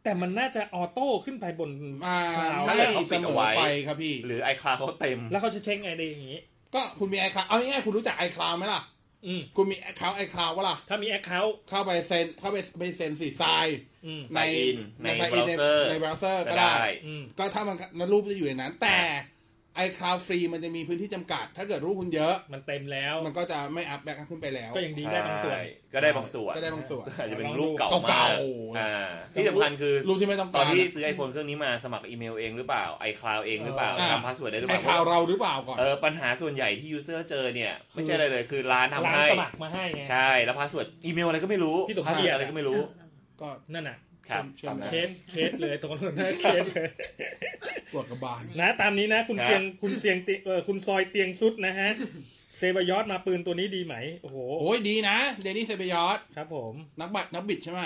แต่มันน่าจะออโต้ขึ้นไปบน มา เอา ไม่ เลยเอา เสมอไปครับพี่ หรือ iCloud เขาเต็ม แล้วเขาจะเช็คไงดีอย่างงี้ ก็คุณมี iCloud เอาง่ายๆคุณรู้จัก iCloud ไหมล่ะ อืม คุณมี account iCloud วะล่ะ ถ้ามีแอคเคาท์ เข้าไปเซ็นเข้าไปไปเซ็นสีทราย อืม ใน sign in ใน ใน sign in ใน browser ในเบราว์เซอร์ ก็ ก็ ได้ ได้ อืม ก็ถ้ามันนั้นรูปจะอยู่ในนั้น แต่ iCloud ฟรีมันจะมีพื้นที่จำกัด ถ้าเกิดรูปคุณเยอะ มันเต็มแล้ว มันก็จะไม่อัพแบ็คขึ้นไปแล้ว ก็ยังดีได้บางส่วน ใช่ก็ได้บางส่วน ก็ได้บางส่วน อาจจะเป็นรูปเก่ามา เก่าก ๆ อ่าที่สำคัญคือ รูปที่ไม่ต้อง ต กา อน ร ที่ซื้อ iPhone เครื่องนี้มาสมัครอีเมลเองหรือเปล่า iCloud เองหรือเปล่า อ่า จำพาสเวิร์ดได้หรือเป ไอ ล่า คาวเราหรือเปล่าก่อน เออปัญหาส่วนใหญ่ที่ยูเซอร์เจอเนี่ย ไม่ใช่อะไรเลยคือร้านทำ ร้าน ให้ สมัครมาให้ไง ใช่ แล้วพาสเวิร์ดอีเมลอะไรก็ไม่รู้ พี่สม พาส เกียเวิรติ ร์ดอะไรก็ไม่รู้ ก็ นั่นน่ะ ครับ เชื่อม ตามนั้น เคสเคสเลยตรงนั้นนะเคส เลย ตรวจกระบาล นะตามนี้นะ คุณ ครับ เสียงคุณเสียงติเออคุณซอยเตียงซุดนะฮะ เซบายอสมาปืนตัวนี้ดีไหม โอ้โห โอ้ยดีนะเดนิสเซเบยอส ครับผม นักบัตรนักบิดใช่ไหม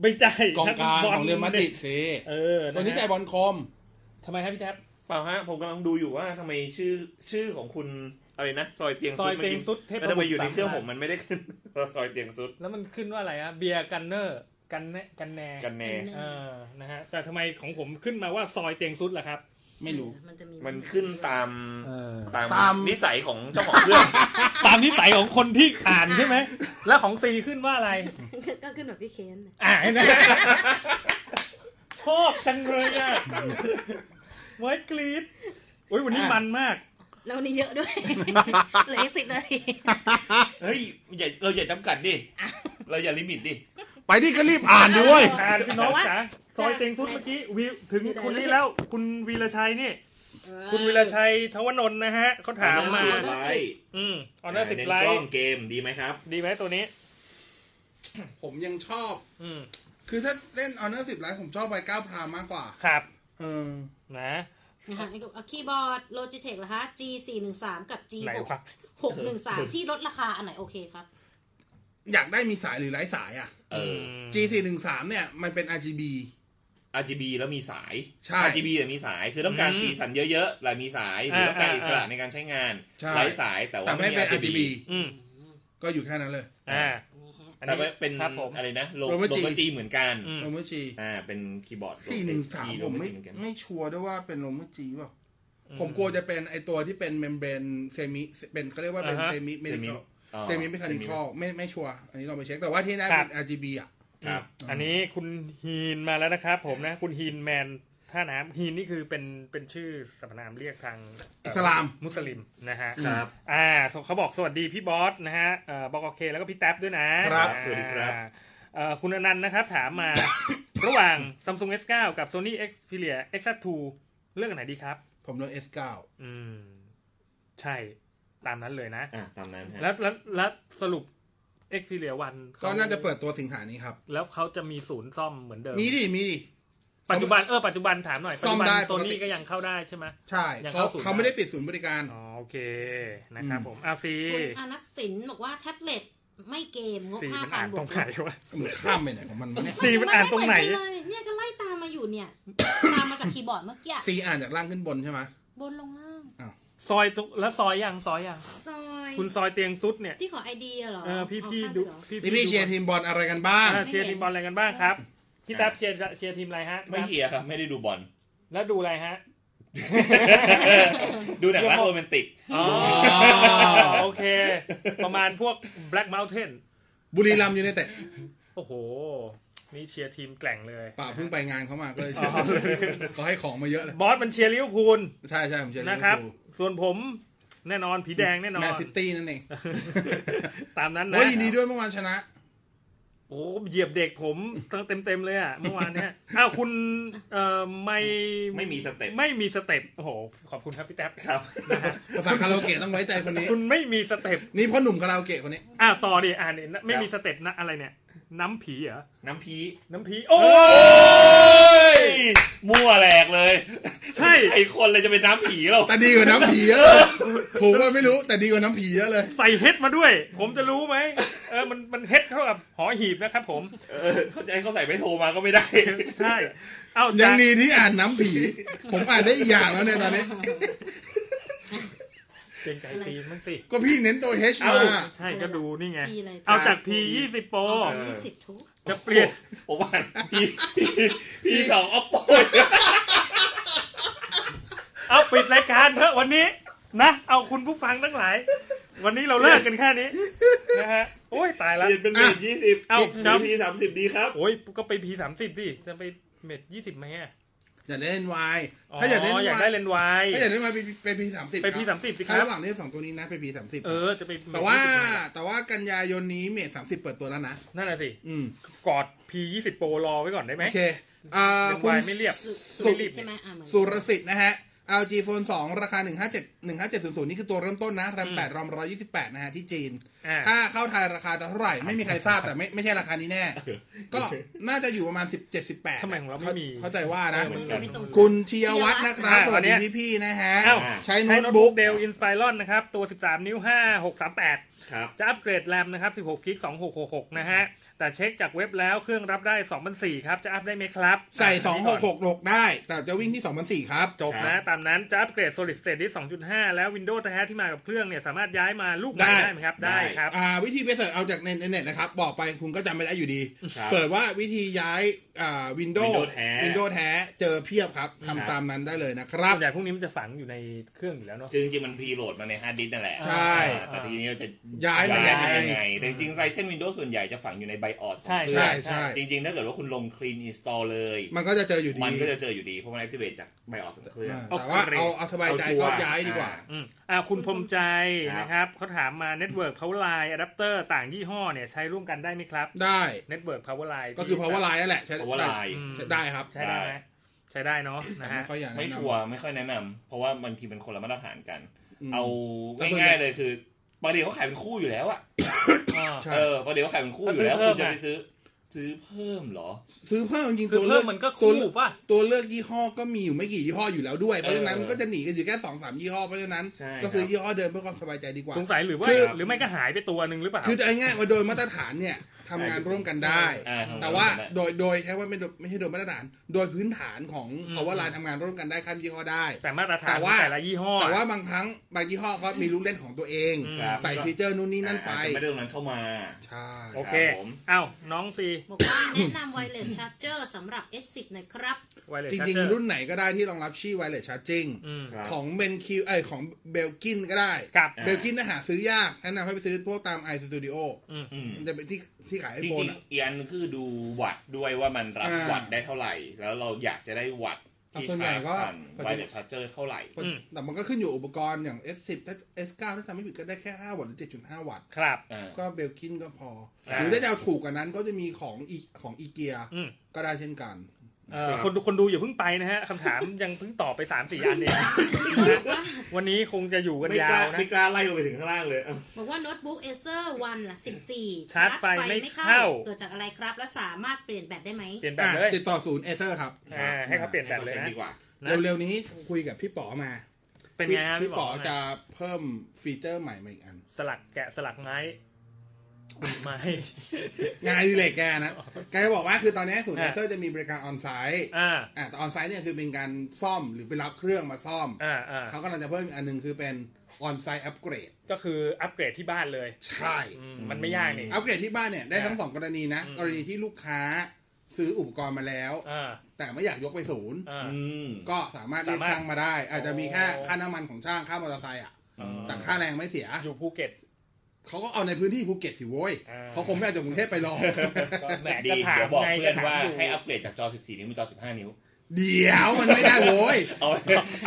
ไม่ใจ กองกลาง นับ ของเรอัลมาดริดสิ เออ ตัวนี้ ะ ใจ ฮะ บอลคม ทำไมครับพี่แท็บ เปล่าฮะ ผมกำลังดูอยู่ว่าทำไมชื่อชื่อของคุณอะไรนะ ซอยเตียง ซ ซุ อ ด ย เมื่ เตี องยกี้ ซุดเทพ แล้วทำไมอยู่ในเครื่อง สา ผมมันไม่ได้ขึ้น ซอยเตียงซุด แล้วมันขึ้นว่าอะไรฮะเบียร์กันเนอร์กันแนกันแน กันแน่ เออนะฮะแต่ทำไมของผมขึ้นมาว่าซอยเตียงซุดล่ะครับ ไม่รู้ มันจะมี มันขึ้นตาม เออ ตาม ตาม นิสัยของเจ้าของเครื่อง ตามนิสัยของคนที่อ่านใช่ไหมแล้วของซีขึ้นว่าอะไร ก็ขึ้นแบบพี่เคน อ่านนะ ชอบจังเลยอ่ะไว้กรีดโอ้ยวันนี้มันมาก แล้ววันนี้เยอะ ด้วย เหลืออีกสิบนาที เฮ้ยอย่าเราอย่าจำกัดดิ เราอย่าลิมิตดิ ไปดิก็รีบอ่านดิเว้ย อ่านพี่น้องจ๋าซ แต่ว่า อยเต็งฟุตเมื่อกี้วิวถึง ไม่ได้ คุณนี่แล้ว คุณวีระชัยนี่ คุณวีระชัยทวนนท์นะฮะเขาถามมา เออ อืมออนเนอร์สิบไล เกล้อ ท์ งเกมดีไหมครับ ดีไหมตัวนี้ ผมยังชอบ อืม คือถ้าเล่นออนเนอร์สิบไลท์ผมชอบไปเก้าพรามมากกว่า ครับ เออ นะ นะคะนี่ก็เอาคีย์บอร์ด Logitech นะคะ G 4 1 3กับ G ไหนวะ 6 6 1 3 ที่ลดราคาอันไหนโอเคครับ อยากได้มีสายหรือไร้สายอ่ะ เออ G 4 1 3เนี่ย มันเป็น RGB RGB แล้วมีสาย ใช่ RGB แต่มีสาย คือต้องการสีสันเยอะๆแต่มีสาย หรือต้องการอิสระในการใช้งาน ใช่ ไร้สายแต่ว่า แต่ไม่เป็น มี RGB อืม ก็อยู่แค่นั้นเลย อ่า นี่ฮะ อัน แต่ นี้ ว่าเป็น ครับผม อะไรนะโลโล Romaji มาจีเหมือนกัน อืม โรเมอร์จี อ่าเป็นคีย์บอร์ด สี่หนึ่งสาม คีย์ ผม โร ไม่ จีเหอนกัน ไม่ชัวร์ด้วยว่าเป็นโรเมอร์จีเปล่าผมกลัวจะเป็นไอตัวที่เป็นเมมเบรนเซมิเป็นเขาเรียกว่าเป็น อ่าฮะ เซมิเมดิคอ semi ล อ๋อ เซมิเมคานิคอลไม่ไม่ชัวร์อันนี้เราไปเช็คแต่ว่าที่แน่เป็น RGB อ่ะ ครับ อันนี้คุณฮีนมาแล้วนะครับผมนะ คุณฮีนแมนท่าน้ำฮีนนี่คือเป็นเป็นชื่อสรรพนามเรียกทาง อิสลาม มุสลิมนะฮะ ครับ อ่าส่งเขาบอกสวัสดีพี่บอสนะฮะเอ่อบอกโอเคแล้วก็พี่แท็บด้วยนะครับ อ่า สวัสดีครับ เอ่อคุณอนันต์นะครับ ถามมา ระหว่าง Samsung S9 กับ Sony Xperia X2 เลือกอันไหนดีครับ ผมเลือก S9 อืม ใช่ ตามนั้นเลยนะ อ่าตามนั้นฮะ แล้วแล้วแล้วสรุป Xperia 1 ก็น่าจะเปิดตัวสิงหานี้ครับ แล้วเขาจะมีศูนย์ซ่อมเหมือนเดิม มีดิมีดิ ปัจจุบันเออปัจจุบันถามหน่อยปัจ ซ่อม จุบั ได้ โซ ปกติ นี่ก็ยังเข้าได้ใช่ไหม ใช่ ยัง เขา เข้าศูนย์ เขาไม่ได้ปิดศูนย์บริการ อ๋อโอเคนะครับผมอาซี คุณอนัสสินบอกว่าแท็บเล็ตไม่เกมงบ สี่ ห้า มัน พั อ่าน น บ ต วกรงไหนวะ มันข้ามไปไหนของมันวะเนี่ย สี่มันอ่านตรงไหน มัม่เมือกัเลยเนี่ยก็ไล่ตามมาอยู่เนี่ย ตามมาจากคีย์บอร์ดเมื่อกี้ ซีอ่านจากล่างขึ้นบนใช่ไหม บนลงล่าง ซอยตรงแล้วซอยยังซอยยัง ซอย คุณซอยเตียงซุดเนี่ย ที่ขอไอเดียเหรอ เออพี่พี่ เอาข้าม ดู ไปเหรอ พี่ พี่พี่ๆเชียร์ทีมบอลอะไรกันบ้าง อ่าเชียร์ทีมบอลอะไรกันบ้างครับพี่แท็บเชียร์เชียร์ทีมอะไรฮะ ไม่เชียร์ครับ ไม่ได้ดูบอล แล้วดูอะไรฮะ ดูหนังรักโรแมนติก อ๋อโอเค ประมาณพวก Black Mountain บุรีรัมย์ยูไนเต็ด โอ้โห นี่เชียร์ทีมแกล่งเลย ป่าเพิ่งไปงานเขามาก็เลยเชียร์เขาให้ของมาเยอะเลย บอสมันเชียร์ลิเวอร์พูล ใช่ใช่ผมเชียร์ลิ นะ เว ค อ รับ ร์พูล ส่วนผมแน่นอนผีแดงแน่นอน แมนซิตี้นั่นเอง ตามนั้นนะ โอ้ยยินดีด้วยเมื่อวานชนะ โอ้โหเหยียบเด็กผมเต็มเต็มๆเลย อ่ะเมื่อวานเนี้ยอ้าวคุณเอ่อไม่ ไม่มีสเต็ป ไม่มีสเต็ปโอ้โหขอบคุณครับพี่แท็บ ครับ ภาษาคาราโอเกะต้องไว้ใจคนนี้ คุณไม่มีสเต็ป นี่พ่อหนุ่มคาราโอเกะคนนี้ อ้าวต่อดิอ่านดิไม่มีสเต็ปนะอะไรเนี่ย น้ำผีเหรอ น้ำพี น้ำผีโอ้ มั่วแหลกเลย ใช่ ไอคนเลยจะเป็นน้ำผีหรอก แต่ดีกว่าน้ำผีเยอะเลยถูกว่าไม่รู้แต่ดีกว่าน้ำผีเยอะเลย ใส่เฮ็ดมาด้วย ผมจะรู้ไหมเออมันมันเฮ็ดเท่ากับหอหีบนะครับผม เออเข้าใจเขาใส่ไม่โทรมาก็ไม่ได้ ใช่เอา ยั จาก งดีที่อ่านน้ำผี ผมอ่านได้อีกอย่างแล้วเนี่ยตอนนี้ เกรงใจซีนมั้างสิ ก็พี่เน้นตัว H มา ใช่ก็ดูนี่ไง P อะไร เอาจาก P ยี่สิบโปร เอายี่สิบทุก จะเปลี่ยน ผมว่า พี่พี่พี่สองออปโป เอาปิดรายการเถอะวันนี้นะ เอาคุณผู้ฟังทั้งหลาย วันนี้เราเลิกกันแค่นี้นะฮะโอ้ยตายละ เปลี่ยนเป็นเมตรยี่สิบ เอ้า จั จ้ะ บพีสามสิบดีครับ โอ้ยก็ไป P สามสิบดิจะไปเม็ดยี่สิบไหมอะ อย่าเล่นวาย อ๋อ ถ้าอยากเล่น อยาก วาย ได้เลนส์วาย ถ้าอยากเล่นวายไปพีสามสิบ ไป P สามสิบสิค ถ้า รับ ระหว่างนี้สองตัวนี้นะไปพีสามสิบ เออจะไปเม็ด แต่ว่า ยี่สิบไหม แต่ว่ากันยายนนี้เมทสามสิบเปิดตัวแล้วนะ นั่นแหละสิ อืม กอด P ยี่สิบโปรรอไว้ก่อนได้ไหม โอเคอ่า เลนส์ คุณ วายไม่เรียบ สุ ไม่ ด รีบ ใช่ไหมอ่ะเหมือน สุรสิทธิ์นะฮะ LG Phone 2 ราคา 157 15700 นี่คือตัวเริ่มต้นนะ แรม 8 รอม 128 นะฮะ ที่จีน อ่า ถ้าเข้าไทยราคาจะเท่าไหร่ ไม่มีใครทราบ แต่ไม่ไม่ใช่ราคานี้แน่ ก็น่าจะอยู่ประมาณ 17 18 ทำไมของเราไม่มี เข้าใจว่านะ เหมือนกัน ไม่ตรง คุณเทียวัฒน์นะครับ อ่า สวัสดี อันเนี้ย พี่ๆนะฮะ อ้าว ใช้ ใช้ โน้ต โน้ตบุ๊ บุ๊ ก ก เดลอินสไปรอนนะครับ ตัว 13 นิ้ว 5638 ครับ จะอัปเกรดแรมนะครับ 16กิก2666 นะฮะ แต่เช็คจากเว็บแล้วเครื่องรับได้2004ครับ จะอัพได้ไหมครับ ใส่ 2666 ได้ แต่จะวิ่งที่2004ครับ จบนะ ตามนั้นจะอัปเกรด Solid State ที่2.5 แล้ว Windows แท้ที่มากับเครื่องเนี่ย สามารถย้ายมาลูกใหม่ ได้ ได้ไหมครับ ได้ ได้ ครับ อ่าวิธีไปเสิร์ชเอาจากในเน็ตนะครับ บอกไปคุณก็จำไม่ได้อยู่ดี ครับ เสิร์ชว่าวิธีย้ายอ่าวินโดว์ Windows แท้ วินโดว์แท้เจอเพียบครับ ครับ ทำตามนั้นได้เลยนะครับ ส่วนใหญ่พวกนี้มันจะฝังอยู่ในเครื่องอยู่แล้วเนาะ คือจริงๆมันพรีโหลดมาในฮาร์ดดิสก์นั่นแหละ ใช่ อ่าแต่ทีนี้เราจะ ย้ายมัน ย้ายมันยัง ยัง ไง ไง แต่จริงๆไรเส้นวินโดว์ส่วนใหญ่จะฝังอยู่ในไบออส ใช่ ใช่ใช่ จริงๆ ถ้าเกิดว่าคุณลง clean install เลย มันก็จะเจออยู่ดี มันก็จะเจออยู่ดี เพราะมัน activate จากไบออสของเครื่อง อ่าแต่ว่าเอาเอาสบายใจก็ เอาชัวร์ ย้ายดีกว่า อืมอ่าคุณพรหมใจ ครับ นะครับเขาถามมา Network Power Line Adapter ต่างยี่ห้อเนี่ยใช้ร่วมกันได้ไหมครับ ได้ Network Power Line ก็คือ power line นั่นแหละใช้ เพราะว่า ได้ ลาย อืม ใช้ได้ครับ ใช้ได้ไหม ได้ ใช้ได้เนาะ แต่ นะ ไม่ ฮะ ค่อยอยากแนะนำ ไม่ชัวร์ไม่ค่อยแนะนำเพราะว่าบางทีเป็นคนละมาตรฐานกัน อืม เอา แต่ส่วนใหญ่ ง่ายๆเลยคือประเดี๋ยวเขาขายเป็นคู่อยู่แล้วอะ อ่า ใช่ เออประเดี๋ยวเขาขายเป็นคู่อยู่แล้ว ก็ซื้อคุณ เพิ่ม จะ อะ ไปซื้อ ซื้อเพิ่มเหรอ ซื้อเพิ่มจริงๆ คือ ตัว เพิ่ เลื ม ก มันก็ ตัว คู่ เลือก ป่ะ ตัวเลือกยี่ห้อก็มีอยู่ไม่กี่ยี่ห้ออยู่แล้วด้วย เพราะฉะนั้น เออ มันก็จะหนีกันอยู่แค่สองสามยี่ห้อเพราะฉะนั้น ใช่ ก็ซื้คอรับ ยี่ห้อเดิมเพื่อความสบายใจดีกว่า สงสัยหรือว่า คือ หรือไม่ก็หายไปตัวหนึ่งหรือเปล่า คือเอาง่ายๆว่าโดยมาตรฐานเนี่ยทำงานร่วมกันได้ อ่าทำงาน แต่ว่า ร่วมกันได้ โดยโดยใช้ว่าไม่โดยไม่ใช่โดยมาตรฐาน โดยพื้นฐานของ อืม ภาวะลายทำงานร่วมกันได้ข้ามยี่ห้อได้ แต่มาตรฐาน แต่ว่า แต่ละยี่ห้อ แต่ว่าบางครั้งบางยี่ห้อเขามีลูกเล่นของตัวเอง อืม ใส่ฟีเจอร์นู่นนี่นั่นไป อาจจะไม่ได้ตรงนั้นเข้ามา ใช่ โอคเครับผม เอ้าน้องซี บอกว่าแนะนำไวเลสชาร์เจอร์สำหรับ S10 หน่อยครับ ไวเลส จริงๆ รุ่นไหนก็ได้ที่รองรับชี่ไวเลสชาร์จิ่ง ครับ ของเบนคิวเอ้ยของเบลกินก็ได้ กับ อ่า เบลกินน่ะหาซื้อยากแนะนำให้ไปซื้อพวกตาม i Studio อืม มันจะเป็นที่ที่ขายไอ จ โฟน ริง อ่ะ ๆอีกอันคือดูวัดด้วยว่ามันรับ อ่า วัดได้เท่าไหร่ แล้วเราอยากจะได้วัดที่ ส่วนใหญ่ ชาร์จ ก็ ผ่านไวเลสชาร์เจอร์เท่าไหร่ แต่มันก็ขึ้นอยู่อุปกรณ์อย่าง S10 ถ้า S9 ถ้าจำไม่ผิดก็ได้แค่ 5 วัตต์หรือ 7.5 วัตต์ ครับ อ่า ก็เบลกินก็พอ อ่า หรือถ้าจะเอาถูกกว่านั้นก็จะมีของอีของอีเกีย อืม ก็ได้เช่นกัน เอ่อคนดูคนดูอย่าเพิ่งไปนะฮะคำถาม ยังเพิ่งตอบไปสามสี่อันเองนะวันนี้คงจะอยู่กัน ไม่ ยาก ล้าว นะ ไม่กล้าไล่ลงไปถึงข้างล่างเลยอ่ะ บอกว่าโน้ตบุ๊ก Acer 1ล่ะ14 ชาร์จไฟไม่เข้า เกิดจากอะไรครับ และสามารถเปลี่ยนแบตได้ไหม เปลี่ยนแบบเลย อ่ะติดต่อศูนย์เอเซอร์ครับ อ่าให้เขาเปลี่ยนแบบเลย ให้ นะ ดีกว่า นะ เร็วๆนี้คุยกับพี่ป๋อมา เป็น พี่ ไงฮะ พี่ป๋อ ว่าไง จะเพิ่มฟีเจอร์ใหม่มาอีกอัน สลักแกะสลักไม้ไม้ งานอดิเล็กแกนะแกจะบอกว่าคือตอนนี้ศูนย์เอ อ่า เซอร์จะมีบริการออนไซต์ อ่า อ่ะแต่ออนไซต์เนี่ยคือเป็นการซ่อมหรือไปรับเครื่องมาซ่อม อ่าอ่า เขากำลังจะเพิ่มอีกอันหนึงคือเป็นออนไซต์อัปเกรด ก็คืออัปเกรดที่บ้านเลย ใช่ อืมมันไม่ยากนี่ อัปเกรดที่บ้านเนี่ยได้ อ่า ทั้งสองกรณีนะ กรณีที่ลูกค้าซื้ออุปกรณ์มาแล้ว อ่า แต่ไม่อยากยกไปศูนย์ อ่า อืม ก็สามารถเรียก สามารถ ช่างมาได้ อาจจะมีแค่ อ๋อ ค่าน้ำมันของช่างค่ามอเตอร์ไซค์อ่ะแต่ค่าแรงไม่เสีย อยู่ภูเก็ต เขาก็เอาในพื้นที่ภูเก็ตสิโว้ย อ่า เขาคงไม่เอาจากกรุงเทพไปหรอก ก็แหม ดี ก็ถาม เดี๋ยวบอก ไงก็ เพื่อน ถาม ว่า อยู่ ให้อัปเกรดจากจอ 14 นิ้วเป็นจอ 15 นิ้ว เดี๋ยวมันไม่ได้โว้ย เอา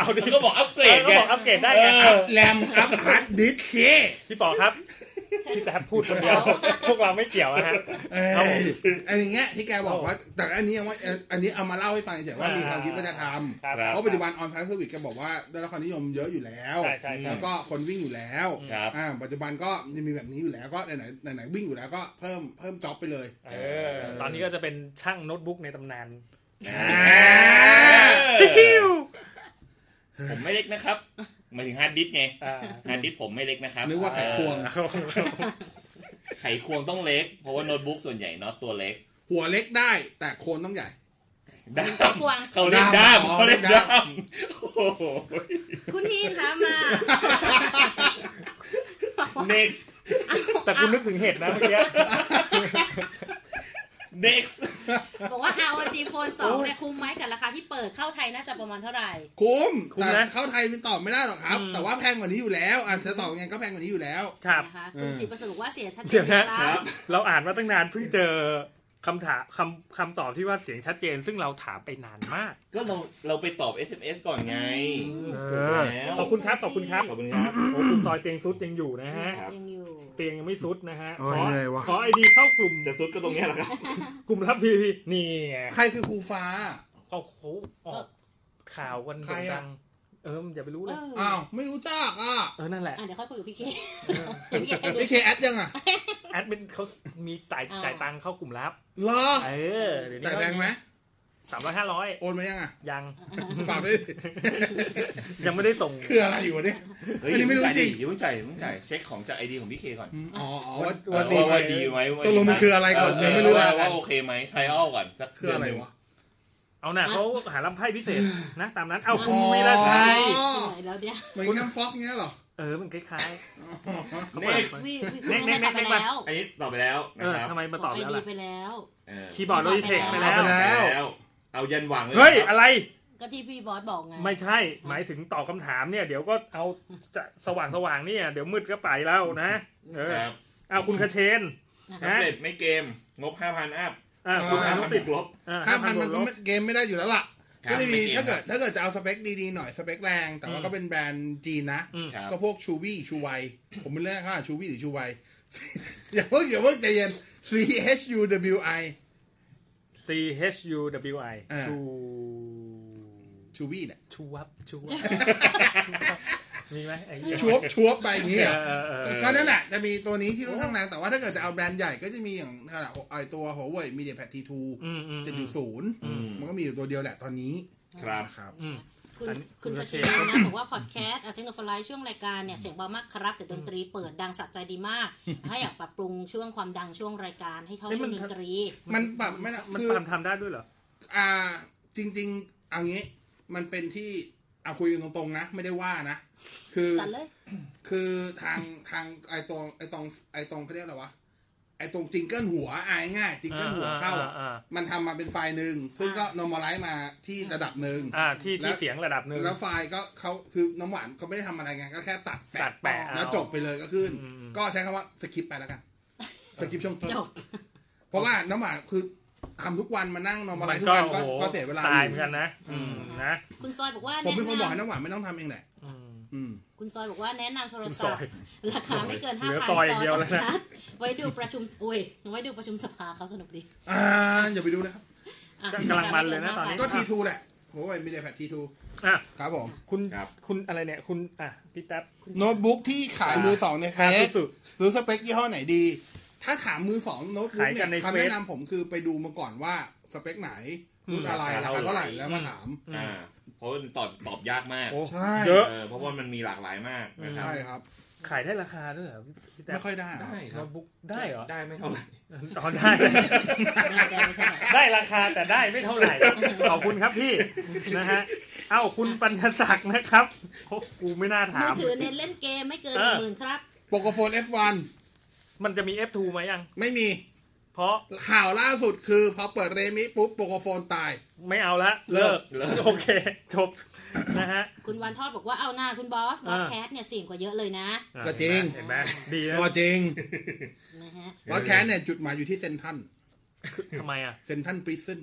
เอาดิ ก็บอกอัปเกร เออ ด ก็ ไง บอกอัปเกรดได้ เอ ไง อ แรมอัพฮาร์ดดิสก์สิ พี่ป๋อครับ พี่แจ๊บพูดคนเดียวพวกเราไม่เกี่ยวนะฮะ เอ้ ครับผ ย ม อันอย่างเงี้ยที่แกบอกว่าแต่อันนี้ยังว่าเอ่ออันนี้เอามาเล่าให้ฟังเฉยๆว่ามีความคิดว่าจะทำ ครับ เพราะปัจจุบันออนไซต์เซอร์วิสแกบอกว่าได้รับความนิยมเยอะอยู่แล้ว ใช่ใช่ใช่ แล้วก็คนวิ่งอยู่แล้ว ครับ อ่าปัจจุบันก็ยังมีแบบนี้อยู่แล้วก็ไหนไหนๆไหนๆวิ่งอยู่แล้วก็เพิ่มเพิ่มจ็อบไปเลย เออ ตอนนี้ก็จะเป็นช่างโน้ตบุ๊กในตำนาน ผมไม่เล็กนะครับหมายถึงฮาร์ดดิสก์ไง อ่า ฮาร์ดดิสก์ผมไม่เล็กนะครับ นึกว่าไขควง ไขควงต้องเล็ก เพราะว่าโน้ตบุ๊กส่วนใหญ่เนาะตัวเล็ก หัวเล็กได้แต่โคนต้องใหญ่ ด้า ไข ม ควง เขาเรียกด้าม ด้าม เขาเรียกด้า ด้าม ม โอ้โห คุณทีนถามมา next แต่คุณนึกถึงเห็ดนะเมื่อกี้ next บอกว่า ROG Phone 2เนี่ยคุ้มไหมกับราคาที่เปิดเข้าไทยน่าจะประมาณเท่าไหร่ คุ้ม คุ้ม แต่ นะ เข้าไทยมันตอบไม่ได้หรอกครับ แต่ว่าแพงกว่านี้อยู่แล้วอาจจะตอบยังไงก็แพงกว่านี้อยู่แล้ว ครับ นะคะคุณจิตประสบบอกว่าเสียชัดเจ เดี๋ย น วนะ ครับ เราอ่านมาตั้งนานเพิ่งเจอคำถามคำคำตอบที่ว่าเสียงชัดเจน ซึ่งเราถามไปนานมาก ก็เราเราไปตอบ SMS ก่อนไงแล้ว ขอบคุณครับ ขอบคุณครับ ขอบคุณครับ โอ้คุณซอยเตียงซุดยังอยู่นะฮะ ยังอยู่ เตียงยังไม่ซุดนะฮะ โอ้ ข ย อ เหนื่อยวะ ขอไอดีเข้ากลุ่ม จะซุดก็ตรงเนี้ยแหละครับ กลุ่มรับพีพีนี่ไง ใครคือครูฟ้า เขาเขาออกข่าวกันโด่ง ใคร ดั อะ งเอออย่าไปรู้ เอ เลย อ อ้าวไม่รู้จักอ่ะ เออ นั่นแหละ อ่ะเดี๋ยวค่อยคุยกับพี่เคพี่เค พี่เคแอดยังอ่ะ แอดมินเขามีจ่ายจ่ายตังค์เข้ากลุ่มลับ เหรอ เออ เดี๋ยวนี้ จ่ายแพงไหม สามร้อยห้าร้อย โอนมายังอ่ะ ยัง ฝากด้วยดิ ยังไม่ได้ส่ง คืออะไรอยู่วะเนี่ย เฮ้ย อันนี้ไม่รู้จริง อย่าเพิ่งจ่ายอย่าเพิ่งจ่ายเช็คของจากไอดีของพี่เคก่อน อ๋ออ๋อ วันวัว่าน ตี ว่าว่าไปดีไหมว่า ตกลงมันคืออะไรก่อน เ ยังไม่รู้เลย ว่าโอเคไหมไทออก่อนสัก คืออะไรวะ เอาน่ะเขาหาลำไพ่พิเศษนะ ตามนั้น เอาคุณวีระชัย อ๋อ ไหนแล้วเนี่ย เหมือนแคมฟ็อกเงี้ยเหรอ เออ มันคล้ายๆเขาเปิดมา วิววิว เน็ คุณกเน็ก แม่ตอบไปเน็กเน็ก แล้ว อันนี้ตอบไปแล้ว เอ นะ อ ครับ ทำไมมาตอบ ไอ แล้ว ดี ล่ะ ไปแล้ว เออ คีย์บอร์ดโลจิเทคไป ไปแล้ แล้ว ว ไปแล้ว เอายันหวังเลย เฮ้ย ครั อะ บ ไร ก็ที่พี่บอสบอกไง ไม่ใช่ หมายถึงตอบคำถามเนี่ย เดี๋ยวก็เอาจะสว่างสว่างเนี่ย เดี๋ยวมืดก็ไปแล้วนะ เออ ครับ เอาคุณคาเชน แท็บ นะ เล็ตไม่เกมงบ 5,000 อัพ อ่าคุณอนุสิทธิ์ ลบ อ่ ห้าพันมัน ล ก็ บ ไม่เกมไม่ได้อยู่แล้วล่ะ ครับ ก็จะมี ไม่เกม ถ้าเกิดถ้าเกิดจะเอาสเปคดีๆหน่อยสเปคแรง แต่ว่าก็เป็นแบรนด์จีนนะ ครับ ก็พวกชูวี่ชูไวผมไม่เรียกค่ะชูวี่หรือชูไว อย่าเพิ่งอย่าเพิ่งใจเย็น C H U W I C H U W I อ่า ชู ชูวี่เนี่ย ชูวับชูวับ มีไหมไอ้เหี้ย ชวบชวบไปอย่างนี้ เอ อะ อเออเออ ก็นั่นแหละจะมีตัวนี้ที่ค่อนข้างแรงแต่ว่าถ้าเกิดจะเอาแบรนด์ใหญ่ก็จะมีอย่างนั่นแหละไอตัวหัวเว่ยมีเดียแพดทีทู อืมอืม เจ็ดจุดศูนย์มันก็มีอยู่ตัวเดียวแหละตอนนี้ ครับ นะครับ คุณ อันนี้ คุณ คุณ ประชิ ประเชษฐ์ นะบอกว่าพอดแคสต์เทคโนโลยีช่วงรายการเนี่ยเสียงเบามากครับ แต่ดนตรีเปิดดังสะใจดีมาก ถ้าอยากปรับปรุงช่วงความดังช่วงรายการให้เท่า เอ้ย ช่ มั วง น ดนตรี มันปรับไม่นะ มัน คือ ปาล์มทำได้ด้วยเหรอ อ่าจริงๆเอางี้ มันเป็นที่เอาคุยกันตรงๆนะ ไม่ได้ว่านะ คือ ตัดเลย คือทางทางไอตรงไอตรงไอตรงเขาเรียกอะไรวะไอตรงจิงเกิลหัวอายง่ายจิงเกิลหัวเข้าอ่ะ อ่าอ่าอ่า มันทำมาเป็นไฟล์หนึ่งซึ่งก็นอร์มอลไลซ์มาที่ระดับหนึ่ง อ่าที่ แล้ ที่ ว เสียงระดับหนึ่ง แล้วไฟล์ก็เขาคือน้ำหวานเขาไม่ได้ทำอะไรไงก็แค่ตัด ตัดแปะ แล้ว เอา จบไปเลยก็ขึ้น อืม ก็ใช้คำว่าสคิปไปแล้วกันสคิปช่วงต้น จบ เพราะว่าน้ำหวานคือทำทุกวันมานั่งนอนมาไลฟ์ทุกวันก็ก็เสียเวลา ตาย อ เหมือนกันนะอืมนะ คุณซอยบอกว่า ผม แนะ เป็นคนบอกให้ นำ น้ำหวานไม่ต้องทำเองแหละ อืม อืม คุณซอยบอกว่าแนะนำโทร คุณซ ศัพ อ ท์ ย ราคาไม่เกิน เห ห้า ลือ พัน ซอยอย่างเดียวแล้วนะ ชัดไว้ดูประชุมโอ้ยไว้ดูประชุมสภาเขาสนุกดี อ่าอย่าไปดูนะครับ อ่ะ กำลังมันเลยนะตอนนี้ ก็ทีทูแหละโอ้ยมีเดียแพดทีทู อ่ะ ครับผม คุณ ครับ คุณอะไรเนี่ยคุณอ่ะพี่แท็บ โน้ตบุ๊กที่ขายมือสองในเฟ อ่า ซ สุด ซื้อสเปคยี่ห้อไหนดี ถ้าถามมือสองโน้ตบุ๊ก ขายกั เนี่ย นใน คำ Face แนะนำผมคือไปดูมาก่อนว่าสเปคไหนรุ่นอะไรราคาเท่าไหร่แล้วมาถาม อ่าเพราะมันตอบตอบยากมาก โอ้ ใช่ เยอะ เออเพราะว่ามันมีหลากหลายมากนะครับ ใช่ครับ ขายได้ราคาด้วยเหรอพี่แท็บ ไม่ค่อยได้อะ ได้ครั โน้ บ ตบุ๊กได้เหรอ ได้ไม่เท่าไหร่ ตอนได้ ไม่ได้ไม่ใช่ ได้ราคาแต่ได้ไม่เท่าไหร่ ขอบคุณครับพี่นะฮะ เอ้าคุณปัญญศักดิ์นะครับโอ้กูไม่น่าถา มือ ม ถือเน้นเล่นเกมไม่เกินห เอ นึ่ อ งหมื่นครับ โปรโกโฟน F1 มันจะมี F2 ไหมยัง ไม่มี เพราะ ข่าวล่าสุดคือพอเปิดเรมิปุ๊บโปรโกโฟนตาย ไม่เอาละ เลิก เลิก โอเค จบนะฮะ คุณวันทอดบอกว่าเอาหน้าคุณบอสบ อ่า อสแคสเนี่ยเสี่ยงกว่าเยอะเลยนะ ก็จริง เห็นไหมดีนะ ก็จริง นะฮะ วอดแคสเนี่ยจุดหมายอยู่ที่เซนทัน ทำไมอ่ะ เซนทันปริซึน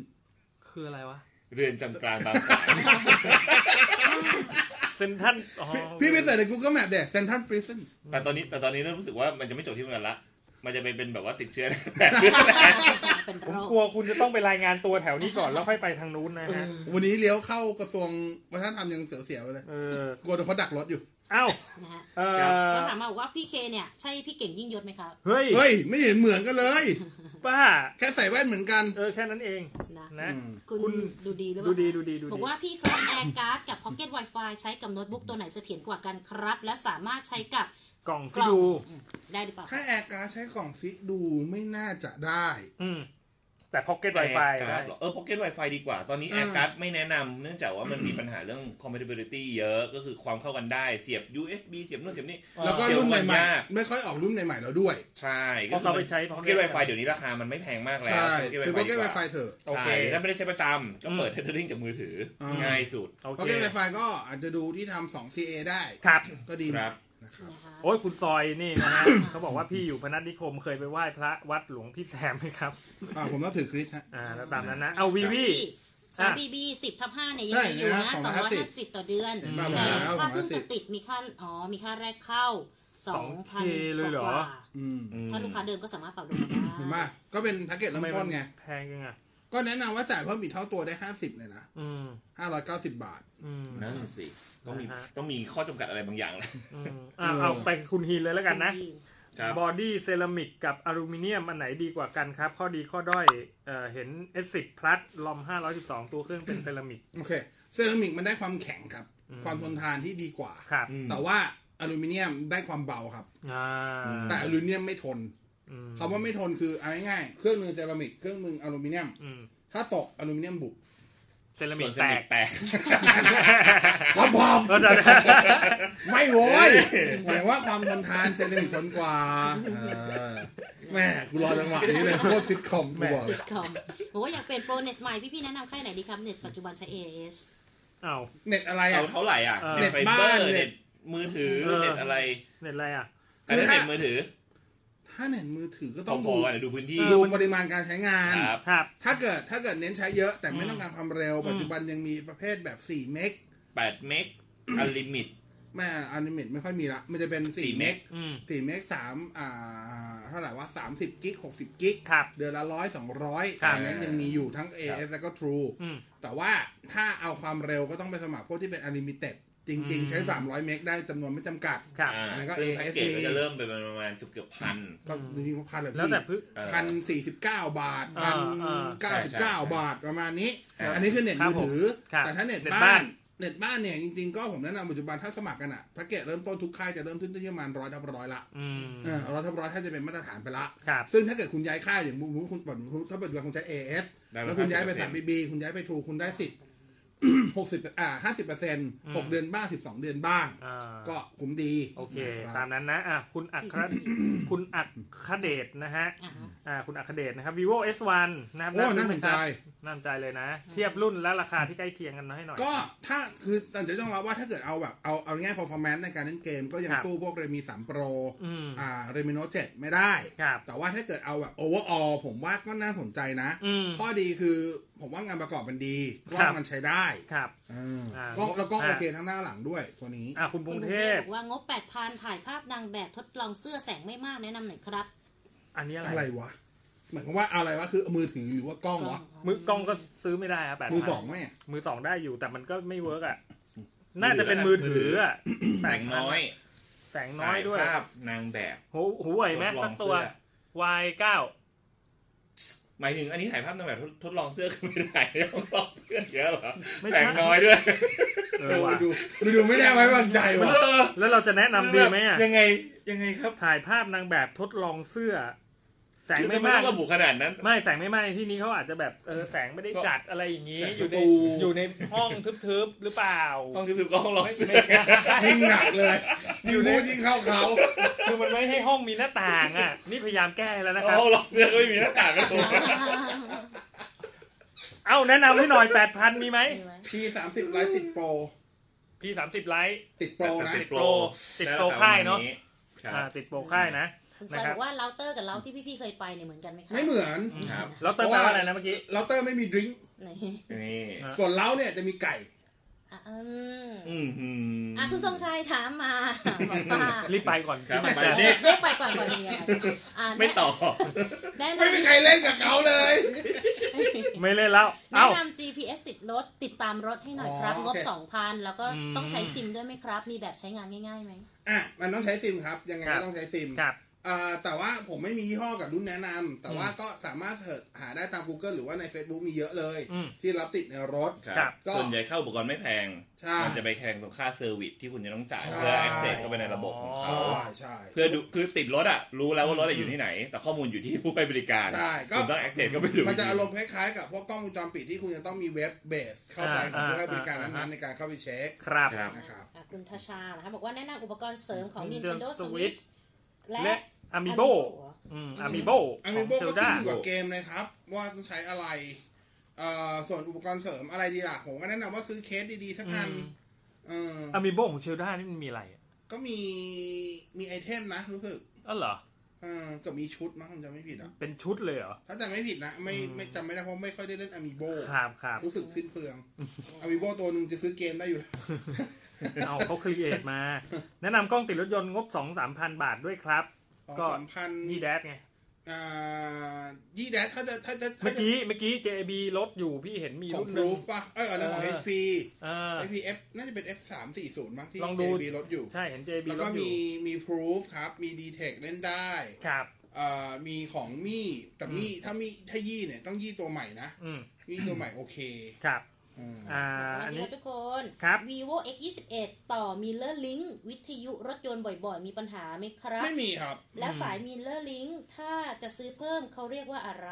คืออะไรวะ เรือนจำกลางบาง ขวาง เซนทรันอ๋อ พี่ไปเสิร์ชใน Google Map เด็เซนทันปริซึน แต่ตอนนี้แต่ตอนนี้เริ่มรู้สึกว่ามันจะไม่จบที่ตรงนั้นละ มันจะไปเป็นแบบว่าติดเชื้อ เป็น ผม โรค กลัวคุณจะต้องไปรายงานตัวแถวนี้ก่อนแล้วค่อยไปทางนู้นนะฮะ วันนี้เลี้ยวเข้ากระทรวงวัฒนธรรมยังเสียวๆเลย เออก ลัวโดนเขาดักรถอยู่ เอ้า นะฮะ เออ เขาถามมาบอกว่าพี่เคเนี่ยใช่พี่เก่งยิ่งยศไหมครับ เฮ้ย เฮ้ยไม่เห็นเหมือนกันเลย ป้า แค่ใส่แว่นเหมือนกัน เออแค่นั้นเอง นะ นะ คุ คุณ ณ ดูดีหรือเป ดู ล่า ดีดูดีดูดี บอกว่าพี่ครับแอร์การ์ดกับพ็อกเก็ต Wi-Fi ใช้กับโน้ตบุ๊กตัวไหนเสถียรกว่ากันครับ และสามารถใช้กับ กล่องซิดู อืมได้หรือเปล่า ถ้าแอร์การ์ดใช้กล่องซิดูไม่น่าจะได้ อืม แต่พ็อกเก็ต แอ ไว ร์ ไฟ การ์ดเหรอเออพ็อกเก็ตไวไฟดีกว่า ตอนนี้แอร์การ์ดไม่แนะนำเนื่องจากว่ามันมีปัญหาเรื่อง compatibility เยอะ ก็คือความเข้ากันได้ เสียบ USB เสียบนู่นเสียบนี่ แล้วก็ เดี๋ยว รุ่นให มัน ม่ ยาก ๆ ไม่ค่อยออกรุ่นใหม่ๆแล้วด้วย ใช่ เพราะเขาไปใช้ พ็อกเก็ตไวไฟเดี๋ยวนี้ราคามันไม่แพงมากแล้ว ใช่ ใช้ ซื้อ Pocket พ็อกเก็ต Wi-Fi ไว ดีก ไฟ ว่า เถอะ โอเค ใช่หรือถ้าไม่ได้ใช้ประจำก็เปิดเทเดอริงจากมือถืออ ม ง่ายสุด โอ พ็อก เค เก็ตไวไฟก็อาจจะดูที่ทำสอง CA ได้ ครับ ก็ดี ครับ นะครับ นะคะ โอ้ยคุณซอยนี่นะฮะ เขาบอกว่าพี่อยู่พนัสนิคมเคยไปไหว้พระวัดหลวงพี่แซมไหมครับ อ่าผมนับถือคริสต์ฮะ อ่าแล้วตามนั้นนะ เอาวีวี สาม อ่ะ บีบีสิบทับห้าเนี่ยยั ใช่ งมีอยู่นะ นะ สองร้อยห้าสิบ 250 ต่อเดือน เห็นป่ะ แต่ แล้ว ถ้าเพิ่ง 250 จะติดมีค่าอ๋อมีค่าแรกเข้าสองพัน 2K เลยเหร ก อ ว่า อืม ถ้าลูกค้าเดิมก็สามารถปรับลง เห็น ได้ ป่ะก็เป็นแพ็กเกจเริ่มต้นไง แพงยังอ่ะ ก็แนะนำว่าจ่ายเพิ่มอีกเท่าตัวได้ 50เลยนะ อืม 590 บาท อืม นั่นสิต้องมี นะฮะ ต้องมีข้อจำกัดอะไรบางอย่างแหละ อืมอ่ะเอาไปคุณฮีนเลยแล้วกันนะ ครับ บอดี้เซรามิกกับอลูมิเนียมอันไหนดีกว่ากันครับ ข้อดีข้อด้อยเอ่อเห็น S10 Plus ลอม512 ตัวเครื่องเป็นเซรามิก โอเค เซรามิกมันได้ความแข็งครับ ความทนทานที่ดีกว่า ครับ แต่ว่าอลูมิเนียมได้ความเบาครับ อ่า แต่อลูมิเนียมไม่ทนคำว่าไม่ทนคือเอาง่ายๆเครื่องมือเซรามิกเครื่องมืออลูมิเนียม อืม ถ้าตกอลูมิเนียมบุก เซรามิ ส่ว ก นเซ แต มิ ก กแตก ครับผม ก็จะ ไม่โวยหมายว่าความทนทานเซรามิกทนกว่าเออแม่กูรอจังหวะนี้เลยโคตรซิทคอมกูบอกเล สิ ย ทคอมบอกว่าอยากเปลี่ยนโปรเน็ตใหม่ พี่ๆแนะนำค่ายไหนดีครับ เน็ตปัจจุบันใช้ AIS อ้าว เน็ตอะไร เอา อ่ะ เท่าไหร่อ่ะ เออ เน็ตไฟ เน็ตบ้า เบอน ร์ เน็ เน็ ต ตมือถือ เออ เน็ตอะไร เน็ตอะไรอ่ะ แต่ถ้าเน็ตมือถือ ถ้าเน็ตมือถือก็ พ ต้องดู อๆกันเดี๋ยวดูพื้นที่ ดูปริมาณการใช้งาน ครับ ครับ ถ้าเกิดถ้าเกิดเน้นใช้เยอะแต่ไม่ต้องการความเร็ว ปัจจุบันยังมีประเภทแบบ 4 เมก 8เมกอลิมิต แม่อนิเมตไม่ค่อยมีละมันจะเป็น4เมก อืม สี่เมกสามอ่าเท่าไหร่ว่าสามสิบกิกหกสิบกิก ครับ เดือนละร้อยสองร้อย ครับ นั้นยังมีอยู่ทั้ง AS แล้วก็ True อืม แต่ว่าถ้าเอาความเร็วก็ต้องไปสมัครพวกที่เป็น Unlimited จ จริง ๆ ใช้ 300 เมกได้จำนวนไม่จำกัด ครับ อ่า แล้วก็ ซึ่งแพ็กเกจ ASD ก็จะเริ่มไปประมาณเกือบเกือบพัน ก็จริงๆก็พันละ แล้วแต่พื พันสี่สิบเก้าบาท อ่า พัน อ่า เก้าสิบเก้าบาทประมาณนี้ ครับ อันนี้คือเน็ต ครับ มือถือ ครับ แต่ถ้าเน็ต เน็ต บ้า บ้าน น เน็ตบ้านเนี่ยจริงๆก็ผมแนะนำปัจจุบันถ้าสมัครกันอ่ะแพ็กเกจเริ่มต้นทุกค่ายจะเริ่มต้นที่ประมาณร้อยทับร้อยละ อืม ร้อยทับร้อยถ้าจะเป็นมาตรฐานไปละ ครับ ซึ่งถ้าเกิดคุณย้ายค่ายอย่างมุมคุณปัจจุบันถ้าปัจจุบันคุณใช้ AS ได้ลด แล้วคุณย้ายไป 50% สามบีบีคุณย้ายไปทรูคุณได้สิบ หกสิบอ่าห้าสิบเปอร์เซ็นต์หกเดือนบ้างสิบสองเดือนบ้าง อ่า ก็คุ้มดี โอเค นะครับ ตามนั้นนะอ่ะคุณอัครคุณอัครเดชนะฮะ อ่าฮะ อ่าคุณอัครเดชนะครับ vivo s1 นะครับ โอ้น่าสนใจ น่าสนใจเลยนะ เทียบรุ่นและราคาที่ใกล้เคียงกันให้หน่อย ก็ถ้าคือตอนจะต้องรับว่าถ้าเกิดเอาแบบ เอาเอาง่าย performance ในการเล่นเกมก็ยัง ครับ สู้พวกเรมี3 Pro อืม อ่าเรมิโน7ไม่ได้ ครับ แต่ว่าถ้าเกิดเอาแบบ overall ผมว่าก็น่าสนใจนะ อืม ข้อดีคือผมว่างานประกอบมันดีกล้อ ครั ง บ มันใช้ได้ ครับ อ่า อ่า ก็แล้วก็โอเคทั้งหน้าหลังด้วยตัวนี้ อ่ะคุณพ คุ ง ณ ษ์ เท เท พ พ บอกว่างบแปดพันถ่ายภาพนางแบบทดลองเสื้อแสงไม่มากแนะนำหน่อยครับ อันนี้อะไร อะไรวะ หมายความว่าอะไรวะ คือมือถือหรือว่ากล้องวะ มือกล้องก็ซื้อไม่ได้ครับแปด มือสองแม่ มือสองได้อยู่แต่มันก็ไม่เวิร์กอ่ะ น่าจะเป็นมือถืออ่ะ แสงน้อย แสงน้อยด้วย ถ่าภาพนางแบบ หูหูไหวไหม ทดลอ สั ง กตัว เสื้อ Y9 หมายถึงอันนี้ถ่ายภาพนางแบบทดทดลองเสื้อคือไม่ได้ทดลองเสื้อเยอะเหรอ ไม่ใช่ แต่งน้อยด้วย เออว่ะ ดูดูดูไม่ได้ไว้วางใจวะ เออ แล้วเราจะแนะนำดีไหมอ่ะ ยังไงยังไงครับ ถ่ายภาพนางแบบทดลองเสื้อ แสงไม่มาก คือต้องระบุขนาดนั้น ไม่แสงไม่มากในที่นี้เขาอาจจะแบบเออแสงไม่ได้จัดอะไรอย่างนี้ แสง อ ประยู่ใน ตู อยู่ในห้องทึบๆหรือเปล่า ต้องที่พิมพ์กล้องลองเสื้อ ไม่ใช่ ยิ่งหนักเลยยิ่งพูดยิ่งเข้าเขา คือมันไม่ให้ห้องมีหน้าต่างอ่ะ นี่พยายามแก้แล้วนะครับ เอาหลอกเสื้อก็ไม่มีหน้าต่างกันตัว เอ้าแนะนำให้หน่อย 8,000 มีไหม มีไหม P สามสิบไลท์ติดโปร พี่ 30 ไลท์ ติดโปรนะ ติดโปรติดโปรค่ายเนอะ ครับ อ่าติดโปรค่ายนะ คุณซอย นะครับบ อกว่าเราเตอร์กับเราที่พี่ๆเคยไปเนี่ยเหมือนกันไหมคะ ไม่เหมือน ครับ แล้วเติมแปลว่าอะไรนะเมื่อกี้ เราเตอร์ไม่มีดริงก์ ไหน นี่ อ่ะ ส่วนเล้าเนี่ยจะมีไก่ อ่ะอืม อืมหืม อ่ะคุณทรงชัยถามมาบอกว่า รีบไปก่อน ครับ ที่มัน เอ จะ อ นี่ เลือกไปก่อนก่อนเนี่ยอ่ะ ไม่ต่อ แนะ ไม่มีใคร นำ เล่นกับเขาเลย ไม่เล่นแล้ว แนะ เอ้า นำ GPS ติดรถติดตามรถให้หน่อยครับ อ๋อง บ โอเค 2,000 แล้วก็ อืม ต้องใช้ซิมด้วยไหมครับ มีแบบใช้งานง่ายๆไหม อ่ะ มันต้องใช้ซิมครับ ยังไง ครั ก็ บ ต้องใช้ซิม ครับ อ่าแต่ว่าผมไม่มียี่ห้อกับรุ่นแนะนำแต่ว่าก็สามารถเสิร์ชหาได้ตาม Google หรือว่าใน Facebook มีเยอะเลย อืม ที่รับติดในรถ ครับ ครับ ก็ ส่วนใหญ่เข้าอุปกรณ์ไม่แพง ใช่ มันจะไปแข่งตรงค่าเซอร์วิสที่คุณจะต้องจ่าย ใช่ เพื่อ access เข้าไปในระบบของเขา อ๋อ ใช่ใช่ เพื่อดูคือติดรถอ่ะ รู้แล้วว่ารถอะอยู่ที่ไหน แต่ข้อมูลอยู่ที่ผู้ให้บริการ ใช่ก็ คุณต้อง access เข้าไปดู มันจะอารมณ์คล้ายๆกับพวกกล้องวงจรปิดที่คุณจะต้องมีเว็บเบสเข้าไปของผู้ให้บริการนั้นๆในการเข้าไปเช็ค ครับ ครับ นะครับ อ่ะคุณทชานะคะบอกว่าแนะนำอุปกรณ์เสริมของ Nintendo Nintendo Switch Switch และ และ Amiibo Amiibo อืม Amiibo ข อัน อ นี้ ง โบก็ขึ้ Zelda นอยู่กับเกมเลยครับ ว่าต้องใช้อะไรเอ่อส่วนอุปกรณ์เสริมอะไรดีล่ะ ผมก็แนะนำว่าซื้อเคสดีๆ สักอันเออ Amiibo ของ Zelda นี่มันมีอะไรอะ ก็มีมีไอเทมนะรู้สึก อ๋อเหรอ เออก็มีชุดมั้งผมจำไม่ผิดอ่ะ เป็นชุดเลยเหรอ ถ้าจำไม่ผิดนะ ไม่ไม่จำไม่ได้เพราะไม่ค่อยได้เล่นอ m ม b โบ ครับครับ รู้สึกสิ้นเปลืองอ m ม b โบตัวหนึ่งจะซื้อเกมได้อยู่แล้ว เอาเขาครีเอทมา แนะนำกล้องติดรถยนต์งบ2 3 0 0 0 บาทด้วยครับ สอง ก็ สามพัน นี่แดดไง อ่ายี่แดดถ้าจะถ้าจะ เมื่ ถ้า อ จะ กี้เมื่อกี้ JB รถอยู่พี่เห็นมี ของ รุ่นหนึง proof ป่ะเอออันนั้นของ เออ HP เออ HP F น่าจะเป็น F สามสี่ศูนย์มั้งที่ ลองดู JB ลดอยู่ ใช่เห็น JB แล้ว ร ก็ ถอยู่ มีมี proof ครับ มี detect เล่นได้ ครับ เอ่อมีของมี่แต่มี่ถ้ามี่ถ้ายี่เนี่ยต้องยี่ตัวใหม่นะ อืม มี่ตัวใหม่โอเค ครับ อืม อ่า ส อั วัน สดีคนี้รับทุกคน ครับ vivo x 2 1ต่อ Miller Link วิทยุรถยนต์บ่อยๆ มีปัญหาไหมครับ ไม่มีครับ และสาย Miller Link ถ้าจะซื้อเพิ่มเขาเรียกว่าอะไร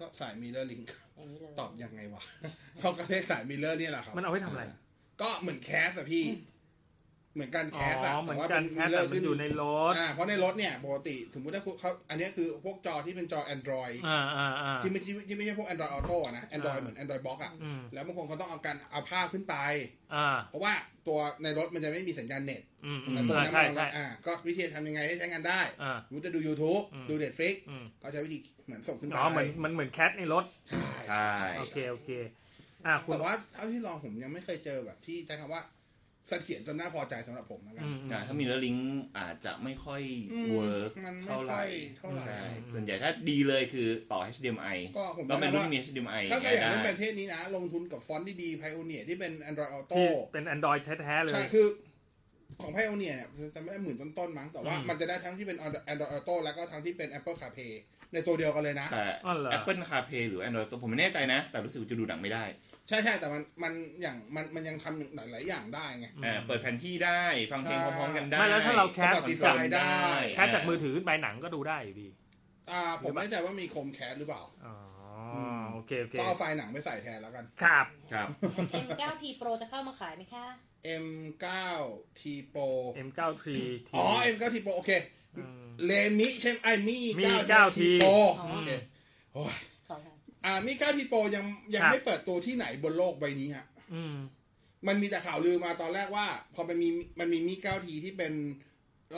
ก็สายมิเลอร์ลิง อย่างนี้เลย ตอบยังไงวะ เขาก็เรียกสายมิเลอร์นี่ยแหละครับ มันเอาไว้ทำอะไร ก็เหมือนแคสอะพี่ เหมือนกัน อ๋ แค อ สอะ เหมือแต่น ว่า กั เป็น น แค่ มิเลอ แต่ ร์ มัน ขึ้น อยู่ในรถ อ่าเพราะในรถเนี่ยปกติสมมุติถ้าเขาอันเนี้ยคือพวกจอที่เป็นจอ Android อ่าอ่าอ่า ที่ไม่ที่ไม่ที่ไม่ใช่พวก Android Auto อะนะ Android อ่า เหมือน Android Box อะ อืม แล้วบางคนเขาต้องเอาการเอาภาพขึ้นไป อ่า เพราะว่าตัวในรถมันจะไม่มีสัญญาณเน็ต อืมอืม แต่ตัว อ่า นั้น ใช่ มัน ใช่ อ่าก็วิธีทำยังไงให้ใช้งานได้ อ่า รู้จะดู YouTube อืม ดู Netflix อืม ก็ใช้วิธีเหมือนส่งขึ้นไป อ๋อ เหมือนมันเหมือนแคทในรถ ใช่ ใช่ โอเค โอเค อ่า คุณ แต่ว่าเท่าที่ลองผมยังไม่เคยเจอแบบที่ใช้คำว่า เสถียรจนน่าพอใจสำหรับผมนะครับ อ่าถ้ามีแล้วลิงก์อาจจะไม่ค่อย อืม เวิร์ก มันไม่ เท่าไหร่ ค่อยเท่าไหร่ ใช่ส่วนใหญ่ถ้าดีเลยคือต่อ HDMI ก็ผม แล้วเป็นรุ่นที่ ว่า มี HDMI ถ้าใครอยาก ได้ เล่นประเทศนี้นะ ลงทุนกับฟอนต์ดีๆ Pioneer ที่เป็น Android ที่ Auto เป็น Android แท้ๆเล ใช่ ย คือของ Pioneer เนี่ยจะไม่ได้หมื่นต้นๆมั้งแต่ว่ามันจะได้ทั้งที่เป็น Android Auto แล้วก็ทั้งที่เป็น Apple CarPlay ในตัวเดียวกันเลยนะ แต่ อ๋อเหรอ Apple CarPlay หรือ Android ตัวผมไม่แน่ใจนะ แต่รู้สึกว่าจะดูหนังไม่ได้ ใช่ใช่แต่มันมันอย่างมันมันยังทำหลายๆอย่างได้ไง อ่าเปิดแผนที่ได้ฟังเพลงพร้อมๆกันได้ ไม่แล้วถ้าเราแคส ประกอบดีไซน์ได้ แค่จากมือถือขึ้นไปหนังก็ดูได้อยู่ดี อ่าผมไม่แน่ใจว่ามีโคมแคสหรือเปล่า อ๋ออโอเค โอเค ก็เอาไฟล์หนังไปใส่แทนแล้วกัน ครับ ครับ M9T Pro จะเข้ามาขายไหมคะ M9 T Pro M93 T อ๋อ M9 T Pro โอเคเลมิใช่ไหมไอ้มี มี 9 9 T T Pro อ๋อ โอเคโอ้ย ขอค่ะ อ่ามี9 T Pro ยังยัง ครับ ไม่เปิดตัวที่ไหนบนโลกใบนี้ฮะ อืม มันมีแต่ข่าวลือมาตอนแรกว่า พอมันมีมันมีมี9 T ที่เป็น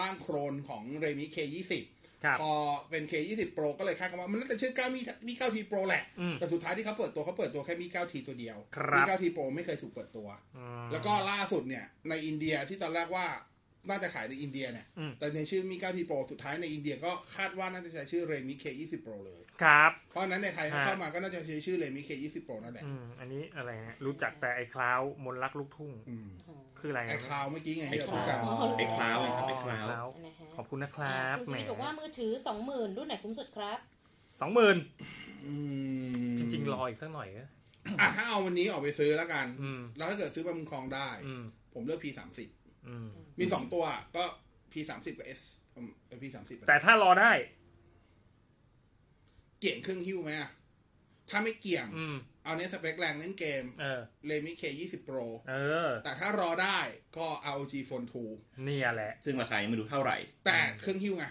ร่างโครนของเรมิ K20 ครับ พอเป็น K20 Pro ก็เลยคาดกันว่ามันน่าจะชื่อ9มีมี9 T Pro แหละ อืม แต่สุดท้ายที่เขาเปิดตัวเขาเปิดตัวแค่มี9 T ตัวเดียว ครับ มี9 T Pro ไม่เคยถูกเปิดตัว อืม แล้วก็ล่าสุดเนี่ยในอินเดียที่ตอนแรกว่าน่าจะขายในอินเดียเนี่ย อืม แต่ในชื่อมี9 T Pro สุดท้ายในอินเดียก็คาดว่าน่าจะใช้ชื่อเรมิ K20 Pro เลย ครับ เพราะฉะนั้นในไทยถ้า ฮะ เข้ามาก็น่าจะใช้ชื่อเรมิ K20 Pro นั่นแหละ อืม อันนี้อะไรเนี่ยรู้จักแต่ไอ้คลาวมนรักลูกทุ่ง คืออะไร ไอ้ นะ คลาวเมื่อกี้ไงที่เราพูดกัน ไอ้คลาวไงครับไอ้คลาว วขอบคุณนะครับ คุณสแหม มิธบอกว่ามือถือ 20,000 รุ่นไหนคุ้มสุดครับ สองหมื่น อืม จริงๆ รออีกสักหน่อยนะ อ่ะถ้าเอาวันนี้ออกไปซื้อแล้วกัน อืม แล้วถ้าเกิดซื้อมามุมครองได้ อืม ผมเลือก P สามสิบ อืม มีสองตัวก็ P สามสิบกับ S อืม P สามสิบ แต่ถ้ารอได้ เกี่ยงเครื่องหิ้วไหมอะถ้าไม่เกี่ยง อืม เอาเน้นสเปคแรงเล่นเกม เออ เลมิเคยี่สิบโปร เออ แต่ถ้ารอได้ก็ ROG Phone เนี่ยแหละ ซึ่งราคายังไม่รู้เท่าไหร่ 2 แต่เครื่องหิ้วไง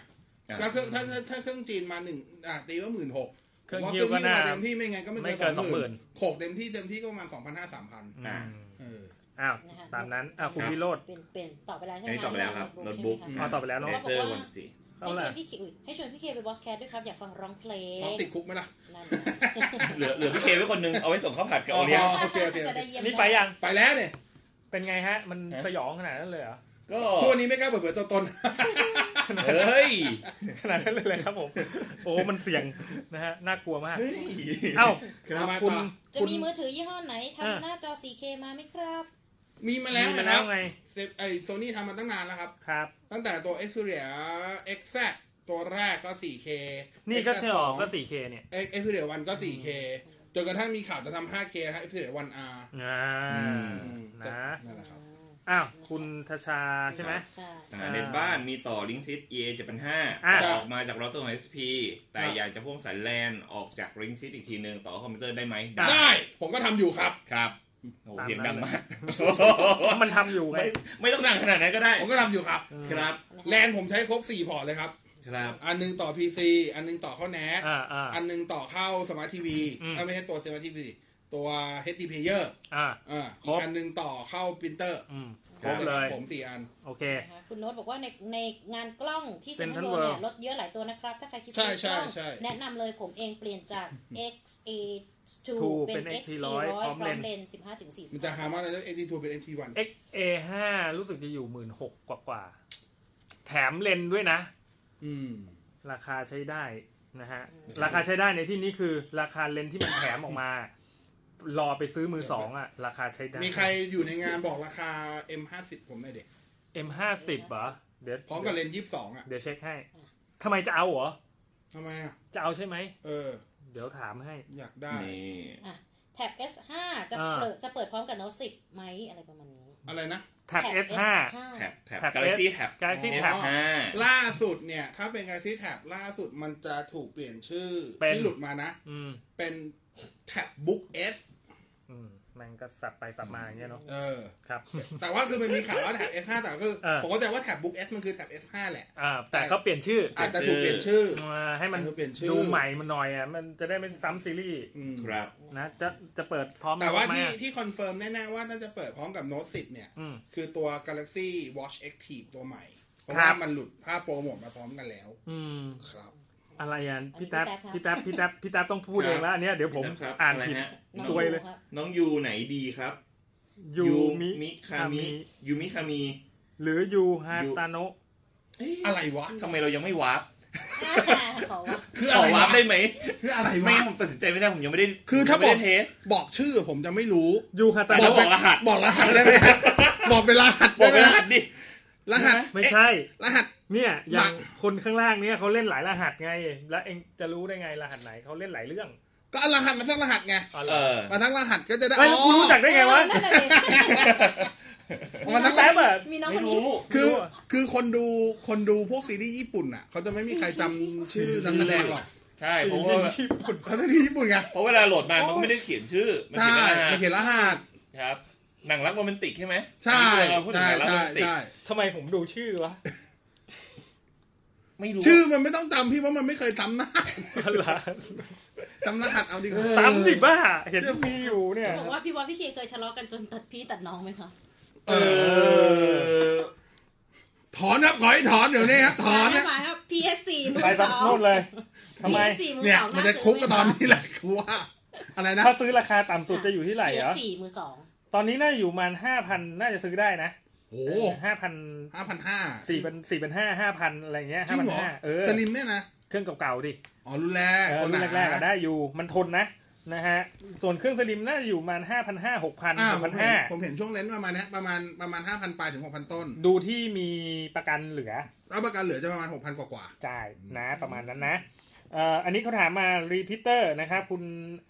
อ่ะ ถ้าเครื่องถ้าถ้าถ้าเครื่องจีนมาหนึ่งอ่ะตีว่าหมื่นหก เครื่อง ว่า หิ้วก็น่า มาเต็มที่ไม่ไงนก็ไม่ ไม่เกิ เกิน น สองหมื่น 20,000 โขกเต็มที่เต็มที่ก็ประมาณสองพันห้าสามพัน อ่า เออ อ้าว นะคะ ตามนั้นอ้าวคุณวิโรธ เป็นเป็นตอบไปแล้วใช่ไห อันมนี้ตอบไปแล้วครับ โน้ต โน้ตบุ๊ บุ๊ก ก ใช่ไหมคะอ๋อตอบไปแล้วเนอะ เลเซอร์ เขาบอกว่า วันสี่ ให้ เอา ช ล่ะ วนพี่เคอุ๊ยให้ชวนพี่เคไปบอสแคทด้วยครับ อยากฟังร้องเพลง พร้อมติดคุกไหมล่ะ นั่นแหละ เหลือเหลือพี่เคไว้คนหนึงเอาไว้ส่งข้าวผัดกับโอเลี้ยง อ๋อโอเคโอเคโอจะเคได้เยี่ยม นี่ไปยัง ไปแล้วเนี่ย เป็นไงฮะ มัน ฮะ สยองขนาดนั้นเลยเหรอ ก็ ทุกวันนี้ไม่กล้าเปิดเผยตัวตน เฮ้ย ขนาดนั้นเลยเลยครับผม โอ้ มันเสี่ยงนะฮะ น่ากลัวมาก เอ้า ครับมาต่อ คุณ จะ คุณ มีมือถือยี่ห้อไหน อ่า ทำหน้าจอ 4K มาไหมครับ มีมาแล้ว มีมา นะค แล้ รั ว บ ไง เซฟไอโซนี่ทำมาตั้งนานแล้วครับ ครับ ตั้งแต่ตัว Xperia XZ ตัวแรกก็ 4K นี่ก็เธอออกก็ 4 4K เนี่ย Xperia 1ก็ 4K จนกระทั่งมีข่าวจะทำ 5K นะฮะ Xperia 1R อ่า ม อืม นะ แต่นั่นแหละครับ อ้าว คุณทชาใช่ไหม ใช่ อ่าเน็ตบ้านมีต่อลิงก์ซิต EA อ่ะ 7,500ออกมาจากเราตัวของ SP แต่อยากจะพ่วงสายแลนออกจากลิงก์ซิตอีกทีหนึ่งต่อคอมพิวเตอร์ได้ไหม ได้ ผมก็ทำอยู่ครับ ครับโอ้โหเสียงดังมาก มันทำอยู่ไง ไม่ไม่ต้องดังขนาดนั้นก็ได้ ผมก็ทำอยู่ครับ ครับ แลนผมใช้ครบ 4 พอร์ตเลยครับ ครับ อันหนึงต่อ PC อันหนึงต่อเข้าแนท อ่าอ่า อันหนึงต่อเข้าสมาร์ททีวี อืม ไม่ใช่ตัวสมาร์ททีวีตัว HD player อ่า อ่า ครบ อีกอันหนึงต่อเข้าปรินเตอร์ อืม ครบเลเลยครับ ย ผมสี่อัน โอเค นะคะคุณโน้ตบอกว่าในในงานกล้องที่เซ็นทรัล Central เวิลด์เนี่ย World ลดเยอะหลายตัวนะครับ ถ้าใครคิด ใช่ ซื้อกล้อง ใช่ใช่ แนะนำเลยผมเองเปลี่ยนจาก XA ถู 2 ก เป็น เป็น XT 100 100พ พร้ ร้อ อ ม ม เล เล น นส์ ส์15ถึง มันจะหามาใน HD2 เป็น HD1 XA 5รู้สึกจะอยู่หมื่นหกกว่ากว่าๆแถมเลนส์ด้วยนะ อืม ราคาใช้ได้นะฮะ ราคาใช้ได้ในที่นี้คือราคาเลนส์ที่มันแถมออกมา รอไปซื้อมือสองอ่ะ ราคาใช้ได้ มีใครอยู่ในงานบอกราคา M50 ผมหน่อยเด็ก M ห้าสิบเหรอ เดี๋ยว พร้อมกับเลนส์22 อ่ะ เดี๋ยวเช็คให้ทำไมจะเอาเหรอ ทำไมอ่ะ จะเอาใช่ไหม เออ เดี๋ยวถามให้ อยากได้ นี่ 15แท็บ S5 จะ อ่า เปิดจะเปิดพร้อมกับโน้ต10ไหมอะไรประมาณนี้ อะไรนะ แท็บ S ห้า แท็บแท็บ แท็บ Galaxy S แท็บ Galaxy อ๋อ Tab ห้า ล่าสุดเนี่ย ถ้าเป็น Galaxy Tab ล่าสุดมันจะถูกเปลี่ยนชื่อ เป็น ที่หลุดมานะ อืม เป็น Tab Book S อืมมันก็สับไปสับมาอย่างเงี้ยเนาะ เออ ครับ แต่ว่าคือมันมีข่าวว่า Tab S5 แต่ก็คือ เออ ผมเข้าใจว่า Tab Book S มันคือ Tab S5 แหละ อ่าแต่ก็เปลี่ยนชื่อ อาจจะถูกเปลี่ยนชื่อ มาให้มัน อาจจะเปลี่ยนชื่อ ดูใหม่มันหน่อยอ่ะมันจะได้เป็นซ้ำซีรีส์ อืม ครับ นะ จะจะเปิดพร้อม แต่ว่า ไหม ที่ อะ ที่คอนเฟิร์มแน่ๆว่าน่าจะเปิดพร้อมกับ Note 10 เนี่ย อืม คือตัว Galaxy Watch Active ตัวใหม่ เพราะ ครั ว่า บ มันหลุดภาพโปรโมทมาพร้อมกันแล้ว อืม ครับ อะไรอ่ะพี่แท็บ อันนี้พี่ พี่ แท็บแท็บพี่แท็บพี่แท็บต้องพูดเองแล้วอันเนี้ยเดี๋ยวผม พี่แท็บครับ อ่าน อะไร ผิด ฮะ ซวยเลย ครับ น้องยูไหนดีครับ ยูมิ มิคามิยูมิคามิ หรือยูฮาตาโนะ อะไรวะ ทำไมเรายังไม่ วาร์ป ขอว่า คือ ข อะ อวาวไระ ร์ปได้ไหม คืออะไร ไม่ วะ ผมตัดสินใจไม่ได้ ผมยังไม่ได้ คือถ้าบผมอกยังไม่ได้เทส บอกชื่อผมจะไม่รู้ ยูฮาตา แต่ โนะ บอกรหัส บอกรหัสได้ไหมฮะบอกเป็นรหัส บอ ได้ ก ไหรมฮะ หัสดิ รหัส ไม่ เอ๊ะ ใช่ รหัส เนี่ยอย่าง หนัก คนข้างล่างเนี่ยเขาเล่นหลายรหัสไง แล้วเองจะรู้ได้ไงรหัสไหนเขาเล่นหลายเรื่อง ก็เอารหัสมาสักรหัสไง เออ มาทั้งรหัสก็จะได้ ไอ้ยแล้วกูรู้จักได้ไงวะ นั่นแหละดิ มาทั้งร แป๊ หัส บอะ มีน้องค ไม่ นนี้ รู้ คือ คือคนดูคนดูพวกซีรีส์ญี่ปุ่นอ่ะเขาจะไม่มีใครจำชื่อนักแสดงหรอก ใช่ เพราะว่า ญี่ปุ่น เขาจะที่ญี่ปุ่นไง เพราะเวลาโหลดมา มันก็ไม่ได้เขียนชื่อ มัน ใช่ เขียนหน้า มาเขียนรหัส ครับ หนังรักโรแมนติกใช่ไหม ใช่ เราพูดถึง ใช่ หนังรักโร ใช่ แมนติก ใช่ ทำไมผมดูชื่อวะ ไม่รู้ ชื่อมันไม่ต้องจำพี่ว่ามันไม่เคยจำหน้า อะไร จำรหัสเอาดีกว่า ซ้ำดิบ้า เห็นมีอยู่เนี่ย บอกว่าพี่บอลพี่เคเคยทะเลาะกันจนตัดพี่ตัดน้องไหมคะ เอ เอ อ อ ถอนครับขอให้ถอนเดี๋ยวนี้ครับถอน ไม่ นะ ไหวครับ PS4 มือ ไป ส ซับ อง โน่นเลยทำไม PS4 มือ เนี่ย สอง มันจะคุกกับตอนนี้แหละกูว่าอะไรนะ ถ้าซื้อราคาต่ำสุดจะอยู่ที่ไหน เอ เหรอ สีมือสอง ตอนนี้น่าอยู่ประมันห้าพันน่าจะซื้อได้นะ โอ้ ห้าพัน ห้าพันห้า สี่พันสี่พันห้าห้าพันอะไรเงี้ย จริ ห้าง พัน เหรอ ห้าเออ สลิมเนี่ยนะ เครื่องเก่าๆดิ อ๋อ รุ่นแรก เออ คนห รุ่น นา แรกๆอะได้อยู่มันทนนะนะฮะส่วนเครื่องสลิมน่าจะอยู่ประมาณห้าพันห้าหกพัน อ่า หก ผ พั ม น เห็น ห้า ผมเห็นช่วงเลนส์ประมาณเนี้ยประมาณประมาณห้าพันปลายถึงหกพันต้น ดูที่มีประกันเหลือ แล้วประกันเหลือจะประมาณหกพันกว่า จ่ายนะประมาณนั้นนะเอ่ออันนี้เขาถามมารีพิเตอร์นะครับคุณ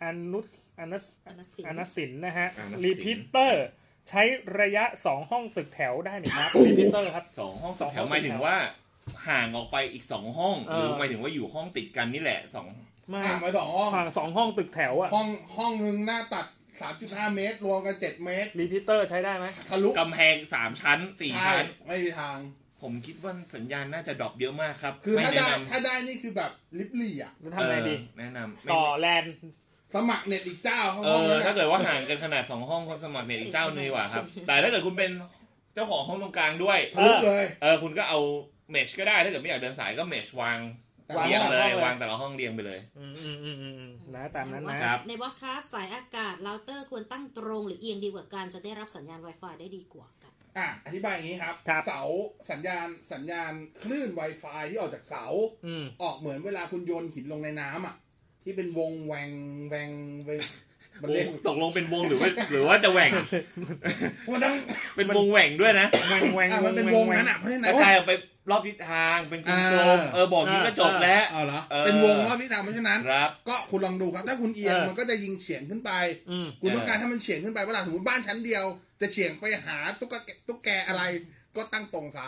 อนุสอนุส อันละสี่ อนุสินนะฮะ านัสสิน รีพิเตอร์ใช้ระยะสองห้องตึกแถวได้ไหมครับรีพิเตอร์ครับ สองห้องสองแถวหมายถึงว่า ห่างออกไปอีกสองห้อง เออ หรือหมายถึงว่าอยู่ห้องติดกันนี่แหละสอง ๆ มา ห่างไปสองห้อง ฝั่งสองห้องตึกแถวอะ ห้องห้องหนึ่งหน้าตัดสามจุดห้าเมตร รวมกันเจ็ดเมตร รีพิเตอร์ใช้ได้ไหม ทะลุ กำแพงสามชั้นสี่ ใช่ ชั้น ไม่มีทาง ผมคิดว่าสัญญาณน่าจะดรอปเยอะมากครับ คือ ไม่ ถ้า แนะ ได้ นำ ถ้าได้นี่คือแบบลิบลี่อ่ะ จะทำไงดี เออแนะนำไม่ ต่อแลนด์ สมัครเน็ตอีกเจ้าห้อง เอ ห้อง อ นั้น ถ้า อะ เกิดว่าห่างกันขนาดสองห้องคนสมัครเน็ตอีกเจ้าหนึงดีกว่าครับ แต่ถ้าเกิดคุณเป็นเจ้าของห้องตรงกลางด้วย ทะลุเลย เออคุณก็เอาเมชก็ได้ ถ้าเกิดไม่อยากเดินสายก็เมชวาง วาง เรียงเลยวางแต่ละห้องเรียงไปเลย อืมอืมอืมอืมนะตามนั้นนะ ครับ ในบอสครับสายอากาศเราเตอร์ควรตั้งตรงหรือเอียงดีกว่ากันจะได้รับสัญญาณ Wi-Fi ได้ดีกว่ากัน อ่ะอธิบายอย่างนี้ครับ ครับ เสาสัญญาณสัญญาณคลื่น Wi-Fi ที่ออกจากเสา อืม ออกเหมือนเวลาคุณโยนหินลงในน้ำอ่ะ ที่เป็นวงแหวงแหวงแหวงมันเล่น ตกลงเป็นวงหรือว่าหรือว่าจะแห ว่ง มันต้อง เป็นวงแหว่งด้วยนะ แหวงแหวง อ่ะมันเป็นวงนั้นอ่ะเพราะฉะ ก นั้น ระจายออกไปรอบทิศทางเป็นกลมๆเออบอกนี้ก็จบแล้ว เอาเหรอ เออ เป็นวงรอบที่ทำเพราะฉะนั้น ครับ ก็คุณลองดูครับ ถ้าคุณเอียงมันก็จะยิงเฉียงขึ้นไป อืม คุณ เออ ต้องการให้มันเฉียงขึ้นไปเวลาสมมติบ้านชั้นเดียว จะเฉียงไปหาตุ๊กแกตุ๊กแกอะไร ก็ตั้งตรงซะ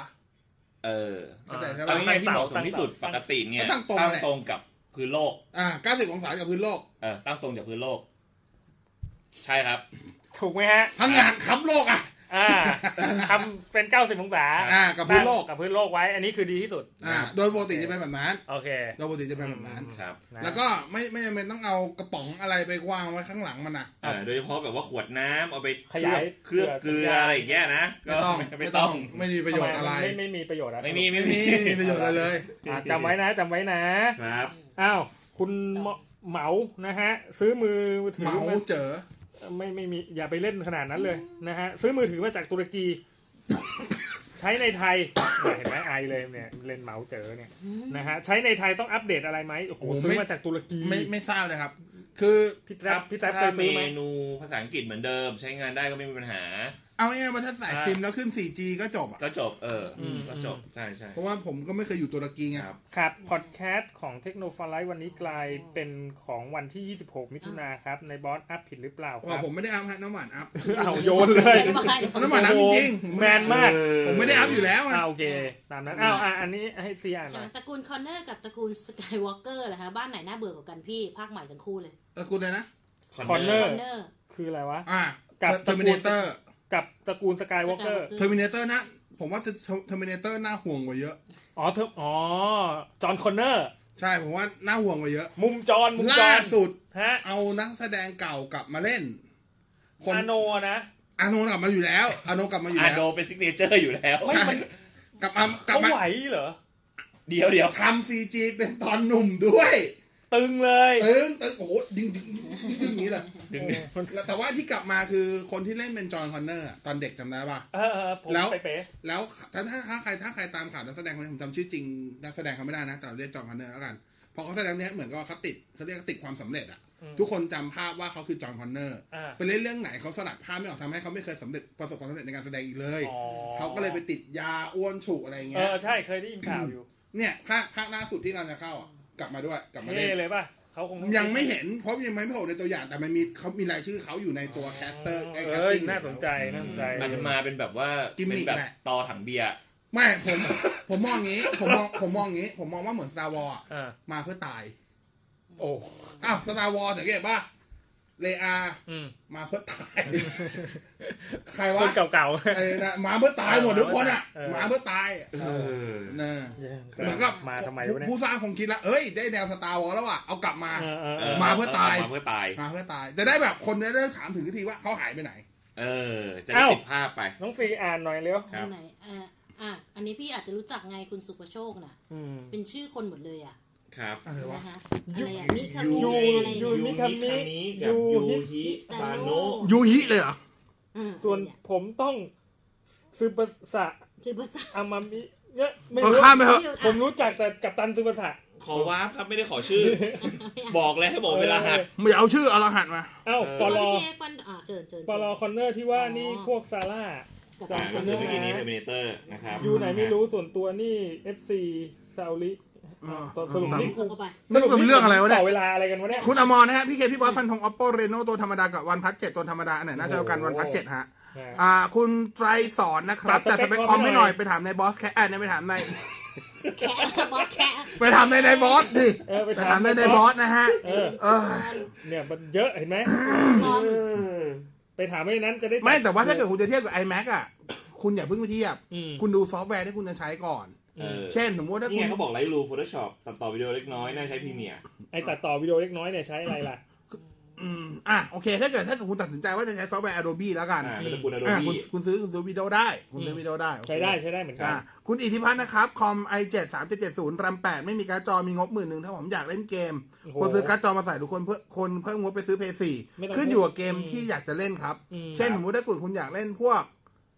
เออ เข้าใจใช่ไหม ตั้งไงที่เหมาะสมที่สุดปกติเนี่ยตั้งตรงกับพื้นโลก อ่า90องศากับพื้นโลก เออตั้งตรงจากพื้นโลก ใช่ครับ ถูกไหมฮะ พังงานขับโลกอ่ะ อ่า ทำเป็น 90องศา อ่ากับพื้นโลก ตั้งกับพื้นโลกไว้ อันนี้คือดีที่สุด อ่าโดยปกติจะเป็นแบบนั้น โอเค โดยปกติจะเป็นแบบนั้น ครับ นะ แล้วก็ไม่ไม่จำเป็นต้องเอากระป๋องอะไรไปวางไว้ข้างหลังมันอ่ะ เออโดยเฉพาะแบบว่าขวดน้ำเอาไป ขยาย เคลือบเกลืออะไรอย่างเงี้ยนะก็ ไม่ต้องไม่ต้องไม่มีประโยชน์อะไร ทำมมัไม่ไม่มีประโยชน์อะ ไม่มี ไม่ ไม่ มี มี ไม่มีประโยชน์อะไรเลย อ่าจำไว้นะจำไว้นะครับ อ้าวคุณเหมาเหมานะฮะ ซื้อมือถื เห อ มา มา เจอ ไม่ไม่มีอย่าไปเล่นขนาดนั้นเลยนะฮะ ซื้อมือถือมาจากตุรกี ใช้ในไทยเนี่ยเห็นไหมไอเลยเนี่ยเล่นเหมาเจอเนี่ยนะฮะใช้ในไทยต้องอัปเดตอะไรไหมโอ้โหซื้อมาจากตุรกี ไม่ไม่ทราบเลยครับ คือ พี่แท็บพี่แท็บเคยซื้อไหม เมนูภาษาอังกฤษเหมือนเดิม ใช้งานได้ก็ไม่มีปัญหา เอาง่ายๆว่าถ้าสายซิมแล้วขึ้น 4G ก็จบอ่ะ ก็จบ เอออ ม ก็จบ ใช่ใช่ เพราะว่าผมก็ไม่เคยอยู่ตุรกีไง ครับ ครับพอดแคสต์ของเทคโนโลยีวันนี้กลายเป็นของวันที่ 26 มิถุนาครับ ในบอสอัพผิดหรือเปล่าค ว่า รับ ผมไม่ได้อัพฮะน้ำหวานอัพ เอาโยนเลย ไม่ได้ เอาน้ำหวานอัพจริงๆผม แม ไม่ นมาก ผมไม่ได้อัพอยู่แล้วอะ อ่าโอเค ตามนั้นอ้าวอ่ะอันนี้ให้ซีอ่านห ใช่ น่ ไห อ ม ย ตระกูลคอนเนอร์กับตระกูลสกายวอล์กเกอร์เหรอคะบ้านไหนน่าเบื่อกว่ากันพี่ภาคใหม่ทั้งคู่เลย ตระกูลเลยนะ คอนเนอ ค ร์ อนเนอร์ คืออะไรวะ อ่า กับ เทอร์มินเตอร์ กับตระกูลสกายวอล์กเกอร์ Skywalker เทอร์มินเตอร์นะ ผมว่าเทอร์มินเตอร์น่าห่วงกว่าเยอะ อ๋อเธออ๋อ จอห์นคอนเนอร์ ใช่ผมว่าน่าห่วงกว่าเยอะ มุมจอห์นมุมจอ ล่า ห์น สุด ฮะ เอานักแสดงเก่ากลับมาเล่น คน อาโนนะ อาโนกลับมาอยู่แล้วอาโนกลับมาอยู่ อา แล้ โด ว เป็นซิกเนเจอร์อยู่แล้ว ไม่ ใช่ มัน กลับมากลับ เขา มา ไหวเหรอ เดี๋ยวเดี๋ยว ทำซีจีเป็นตอนหนุ่มด้วย ตึงเลย ตึงตึงโอ้โหดึงดึงดึงดึงอย่างนี้เลยดึงแต่ว่าที่กลับมาคือคนที่เล่นเป็นจอห์นคอนเนอร์อะตอนเด็กจำได้ปะ เออเออผม แล้ว ไปเป๊ะ แล้วถ้าถ้าถ้าใครถ้าใครตามข่าวนักแสดงคนนี้ผมจำชื่อจริงนักแสดงเขาไม่ได้นะแต่เราเรียกจอห์นคอนเนอร์แล้วกันเพราะเขาแสดงเนี้ยเหมือนกับว่าเขาติดเขาเรียกว่าติดความสำเร็จอะทุกคนจำภาพว่าเขาคือจอห์นคอนเนอร์ อ่า ไปเล่นเรื่องไหนเขาสลัดภาพไม่ออกทำให้เขาไม่เคยสำเร็จประสบความสำเร็จในการแสดงอีกเลย อ๋อ เขาก็เลยไปติดยาอ้วนฉุอะไร เอ เงี้ย อใช่เคยได้ยินข่าวอยู่ เนี่ยภาคภาคล่าสุดที่เราจะเข้าอะกลับมาด้วยกลับมาเล่น เท่เลยป่ะเขาคงต้อ ยังไม่เห็นเพราะยังไม่โผล่ในตัวอย่างแต่มันมีเขามีรายชื่อเขาอยู่ในตัวแคสเตอร์ไอ้แคส เอ้ย ติ้ง น่าสนใจน่าสนใจ มันจะมาเป็นแบบว่า กิม เป็ มิ น ก แบบ แหละ ต่อถังเบียร์ ไม่ผมผมมองอย่างงี้ผมมองผมมองอย่างงี้ ผมมองว่าเหมือน Star Wars อะ อ่า มาเพื่อตาย โอ้ อ้าว Star Wars สังเกตป่ะเลอา อืม มาเพื่อตาย ใครวะ คนเก่าๆ ไอ้นะมาเพื่อตายหมดทุกคนอ่ะ เออ มาเพื่อตายอะ เออ นะเหมือนกับ มาทำไม ผู้ วะเนี่ย ผู้สร้างคงคิดแล้วเอ้ยได้แนว Star Wars แล้วว่ะเอากลับมา เออเออ เ เออ มาเพื่อตาย มาเพื่อตาย มาเพื่อตายจะได้แบบคนจะได้ถามถึงทีว่าเขาหายไปไหน เออ จะได้ติดภาพไป น้องซีอ่านหน่อยเร็ว ครับ อันไหนเอ่ออ่ะอันนี้พี่อาจจะรู้จักไงคุณสุประโชคน่ะ อืม เป็นชื่อคนหมดเลยอ่ะ ครับ อะไรวะ นะคะอะยูไรอ่ะมิคา ยู มิอะไร ยูมิเนี่ย มิคา คา มิ มิกับ ยู ยูฮิตาโนะ ยูฮิเลยเหรอ เออ ส่วน เนี่ย ผมต้องซึบะสะ ชื่อภาษา อามามิเนี่ยไม่รู้ เอาข้ามไปเถอะ ผมรู้จักแต่กัปตันซึบะสะ ขอว้าร์ปครับไม่ได้ขอ ชื่อ บอกเลยให้บอกเวลาหัด ไม่เอาชื่ออรหันต์มา เอ้าปปล ล อ อฟันอ่ะเชิญเชิญ ป เชิญ ลอคอนเนอร์ที่ว่านี่ อ๋อ พวกซาร่า กับ จา สาก ม ก็ น คือ เย เมื่อกี้นี้เทอนะร์มินเตอร์นะครับ อยู่ไหนไม่รู้ส่วนตัวนี่ FC ซาอุลิอ่าตอนสรุปนี่กู เอาเข้าไป สรุปเรื่องอะไรวะเนี่ย ต่อเวลาอะไรกันวะเนี่ย คุณอมรนะฮะ พี่เคพี่บอสฟันธง oppo reno ตัวธรรมดากับวันพัทเจ็ดตัวธรรมดา อันไหนน่าจะเอากันวันพัทเจ็ดฮะ อ่ะ อ่า คุณไตรสอนนะครับ จั แต่ ด ส สเป เป ค ค ค ค อ อ ม ม ให้ ไม่ ห ห น่ น่ อ อย ยไปถามในบอสแคทเอ้ยไปถามใน แค่บอสแค่ ไปถามในในบอสดิ เออไป ไป ถาม ถามในในบอสนะฮะ เออ เออ เนี่ยมันเยอะเห็นไหม ซอม เออ ไปถามไอ้นั้นจะได้จัด ไม่แต่ว่าถ้าเกิดคุณจะเทียบกับ iMac อ่ะ คุณอย่าเพิ่งไปเทียบ อืม คุณดูซอฟต์แวร์ที่คุณจะใช้ก่อน เออ เช่นสมมติถ้า นี่ คุ ไง ณ เขาบอกไลท์รูมโฟโต้ช็อปตัดต่อวิดีโอเล็กน้อย น่าใช้พรีเมียร์ ไอ้ตัดต่อวิดีโอเล็กน้อยเนี่ยใช้อะไรล่ะ อืมอ่ะโอเค ถ้าเกิดถ้าเกิดคุณตัดสินใจว่าจะใช้ซอฟต์แวร์ Adobe แล้วกัน อ่าเป็นตระกูล อ่ะคุณ Adobe คุณซื้อคุณซื้อวิดีโอได้ คุณซื้อวิดีโอได้โอเค ใช้ได้ใช้ได้เหมือนกัน อ่ะคุณอิทธิพัฒน์นะครับ คอม i7 3770 RAM 8 ไม่มีการ์ดจอมีงบหมื่นหนึ่งถ้าผมอยากเล่นเกม โอ้โห คนซื้อการ์ดจอมาใส่หรือคนเพิ่มคนเพิ่มงบไปซื้อ PS4 ไม่ต้อง ขึ้นอยู่กับเกมที่อยากจะเล่นครับ อืม เช่นสมมติถ้าคุณคุณอยากเล่นพวก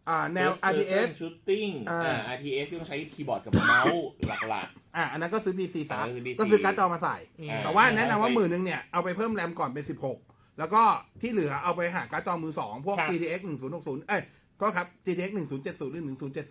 อ่าแนว RTS shooting อ่า อ่า RTS ที่ต้องใช้คีย์บอร์ดกับเมาส์หลัก อ่ะอันนั้นก็ซื้อ PC ซะ อ่าซื้อ PC ก็ซื้อการ์ดจอมาใส่ อ่า แต่ว่าแนะนำว่า ไป หมื่นหนึ่งเนี่ย เอาไปเพิ่มแรมก่อนเป็น 16 แล้วก็ที่เหลือเอาไปหาการ์ดจอมือสองพวก ครับ GTX 1060 เอ้ยก็ครับ GTX 1070หรือ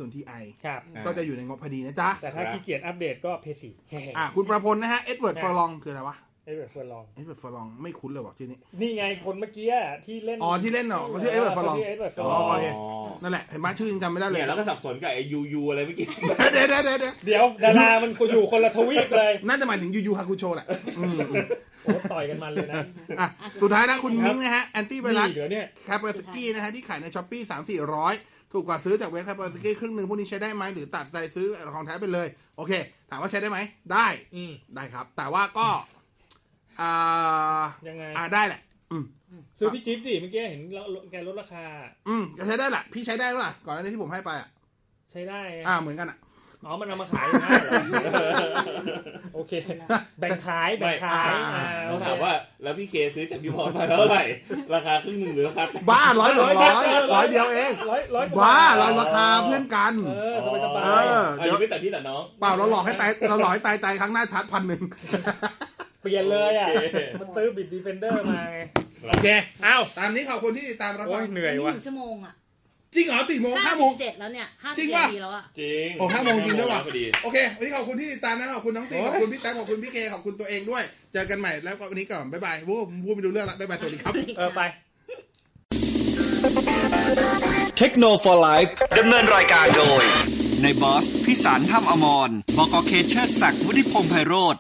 1070 Ti ครับ ก็จะอยู่ในงบพอดีนะจ๊ะ แต่ถ้าขี้เกียจอัปเดตก็เพย์สี่ อ่ะคุณประพลนะฮะเอ็ดเวิร์ดฟอลองคืออะไรวะ ไอ้แบบเฟิร์นลอง เอ็ดเวิร์ดฟอลองไม่คุ้นเลยว่ะชื่อนี้ นี่ไงคนเมื่อกี้ที่เล่น อ๋อที่เล่นเหรอเขาชื่อเอ็ดเวิร์ดฟอลอง ที่เอ็ดเวิร์ดฟอล อ๋ ล อ อง โอเค อ๋อ นั่นแหละเห็นไหมชื่อยังจำไม่ได้เลย เนี่ยแล้วก็สับสนกับไอ้ยูยูอะไรเมื่อกี้ เดี๋ยวเดี๋ยวเดี๋ยวเดี๋ยว เดี๋ยวดารามันอยู่คนละทวีปเลย น่าจะหมายถึงยูยูฮากุโชแหละอืมอืม โอ้ต่อยกันมันเลยนะ อ่ะสุดท้ายนะคุณมิ้งนะฮะแอนตี้ไวรัส นี่เดี๋ยวเนี่ย คาเปอร์สกี้นะฮะที่ขายในช้อปปี้สามสี่ร้อยถูกกว่าซื้อจากเว็บคาเปอร์สกี้ครึ่งหนึ่งพวกนี้ใช้ได้ไหมหรือตัดใจซื้อของแท้ไปเลย โอเค ถามว่าใช้ได้ไหมได้ อืม ได้ครับ แต่ว่าก็อ่า ยังไง อ่าได้แหละ อืม ซื้อพี่จิ๊บดิเมื่อกี้เห็นเราแกลดราคา อืมก็ใช้ได้แหละพี่ใช้ได้แล้วล่ะก่อนหน้านี้ที่ผมให้ไปอ่ะ ใช้ได้ไง อ่าเหมือนกันอ่ะ อ๋อมันเอามาขายได้เหรอโอเค แบ่งขายแบ่งขาย ไม่อ่า ต้องถามว่าแล้วพี่เคซื้อจากพี่บอลมาเท่าไหร่ ราคาครึ่งหนึ่งหรือราคา บ้าร้อยสองร้อยร้อยเดียวเอง ร้อยร้อยก บ้า ท เราราคาเพื่อนกัน เออสบายสบา เอยอ อายุไม่แต่พี่แต่น้อง เปล่าเราหลอกให้ตายเราหลอกให้ตายใจครั้งหน้าชาร์จพันหนึ่ง เปลี่ยนเลยอ่ะ โอเค มันซื้อบิดดีเฟนเดอร์มาไง โอเค อ้าว ตามนี้ขอบคุณที่ติดตามรับ โอ้ ฟั ย ง เหนื่อย นี่ห ว่ะ นึ่งชั่วโมงอ่ะ จริงเหรอสี่โมง ห้า ห้า สิบโมง เจ็ดแล้วเนี่ยห้า จริ สิบ ง เจ็ดป่ะทีแล้วอ่ะ จริง โอ้ห้าโมงจริงด้วยว่ะ พอดี โอเค วันนี้ขอบคุณที่ติดตามนะขอบคุณน้องซีขอบคุณพี่แต๊กขอบคุณพี่เคขอบคุณตัวเองด้วย เจอกันใหม่แล้วก็วันนี้ก่อนบ๊ายบายวู้ผมพูดไม่รู้เรื่องละบ๊ายบายสวัสดีครับ เออไป เทคโนโลยีไลฟ์ ดำเนินรายการโดย ในบอสพิสารถ้ำอมรบอกอเคเชอร์ศักดิ์วุฒิพงษ์ไพโรธ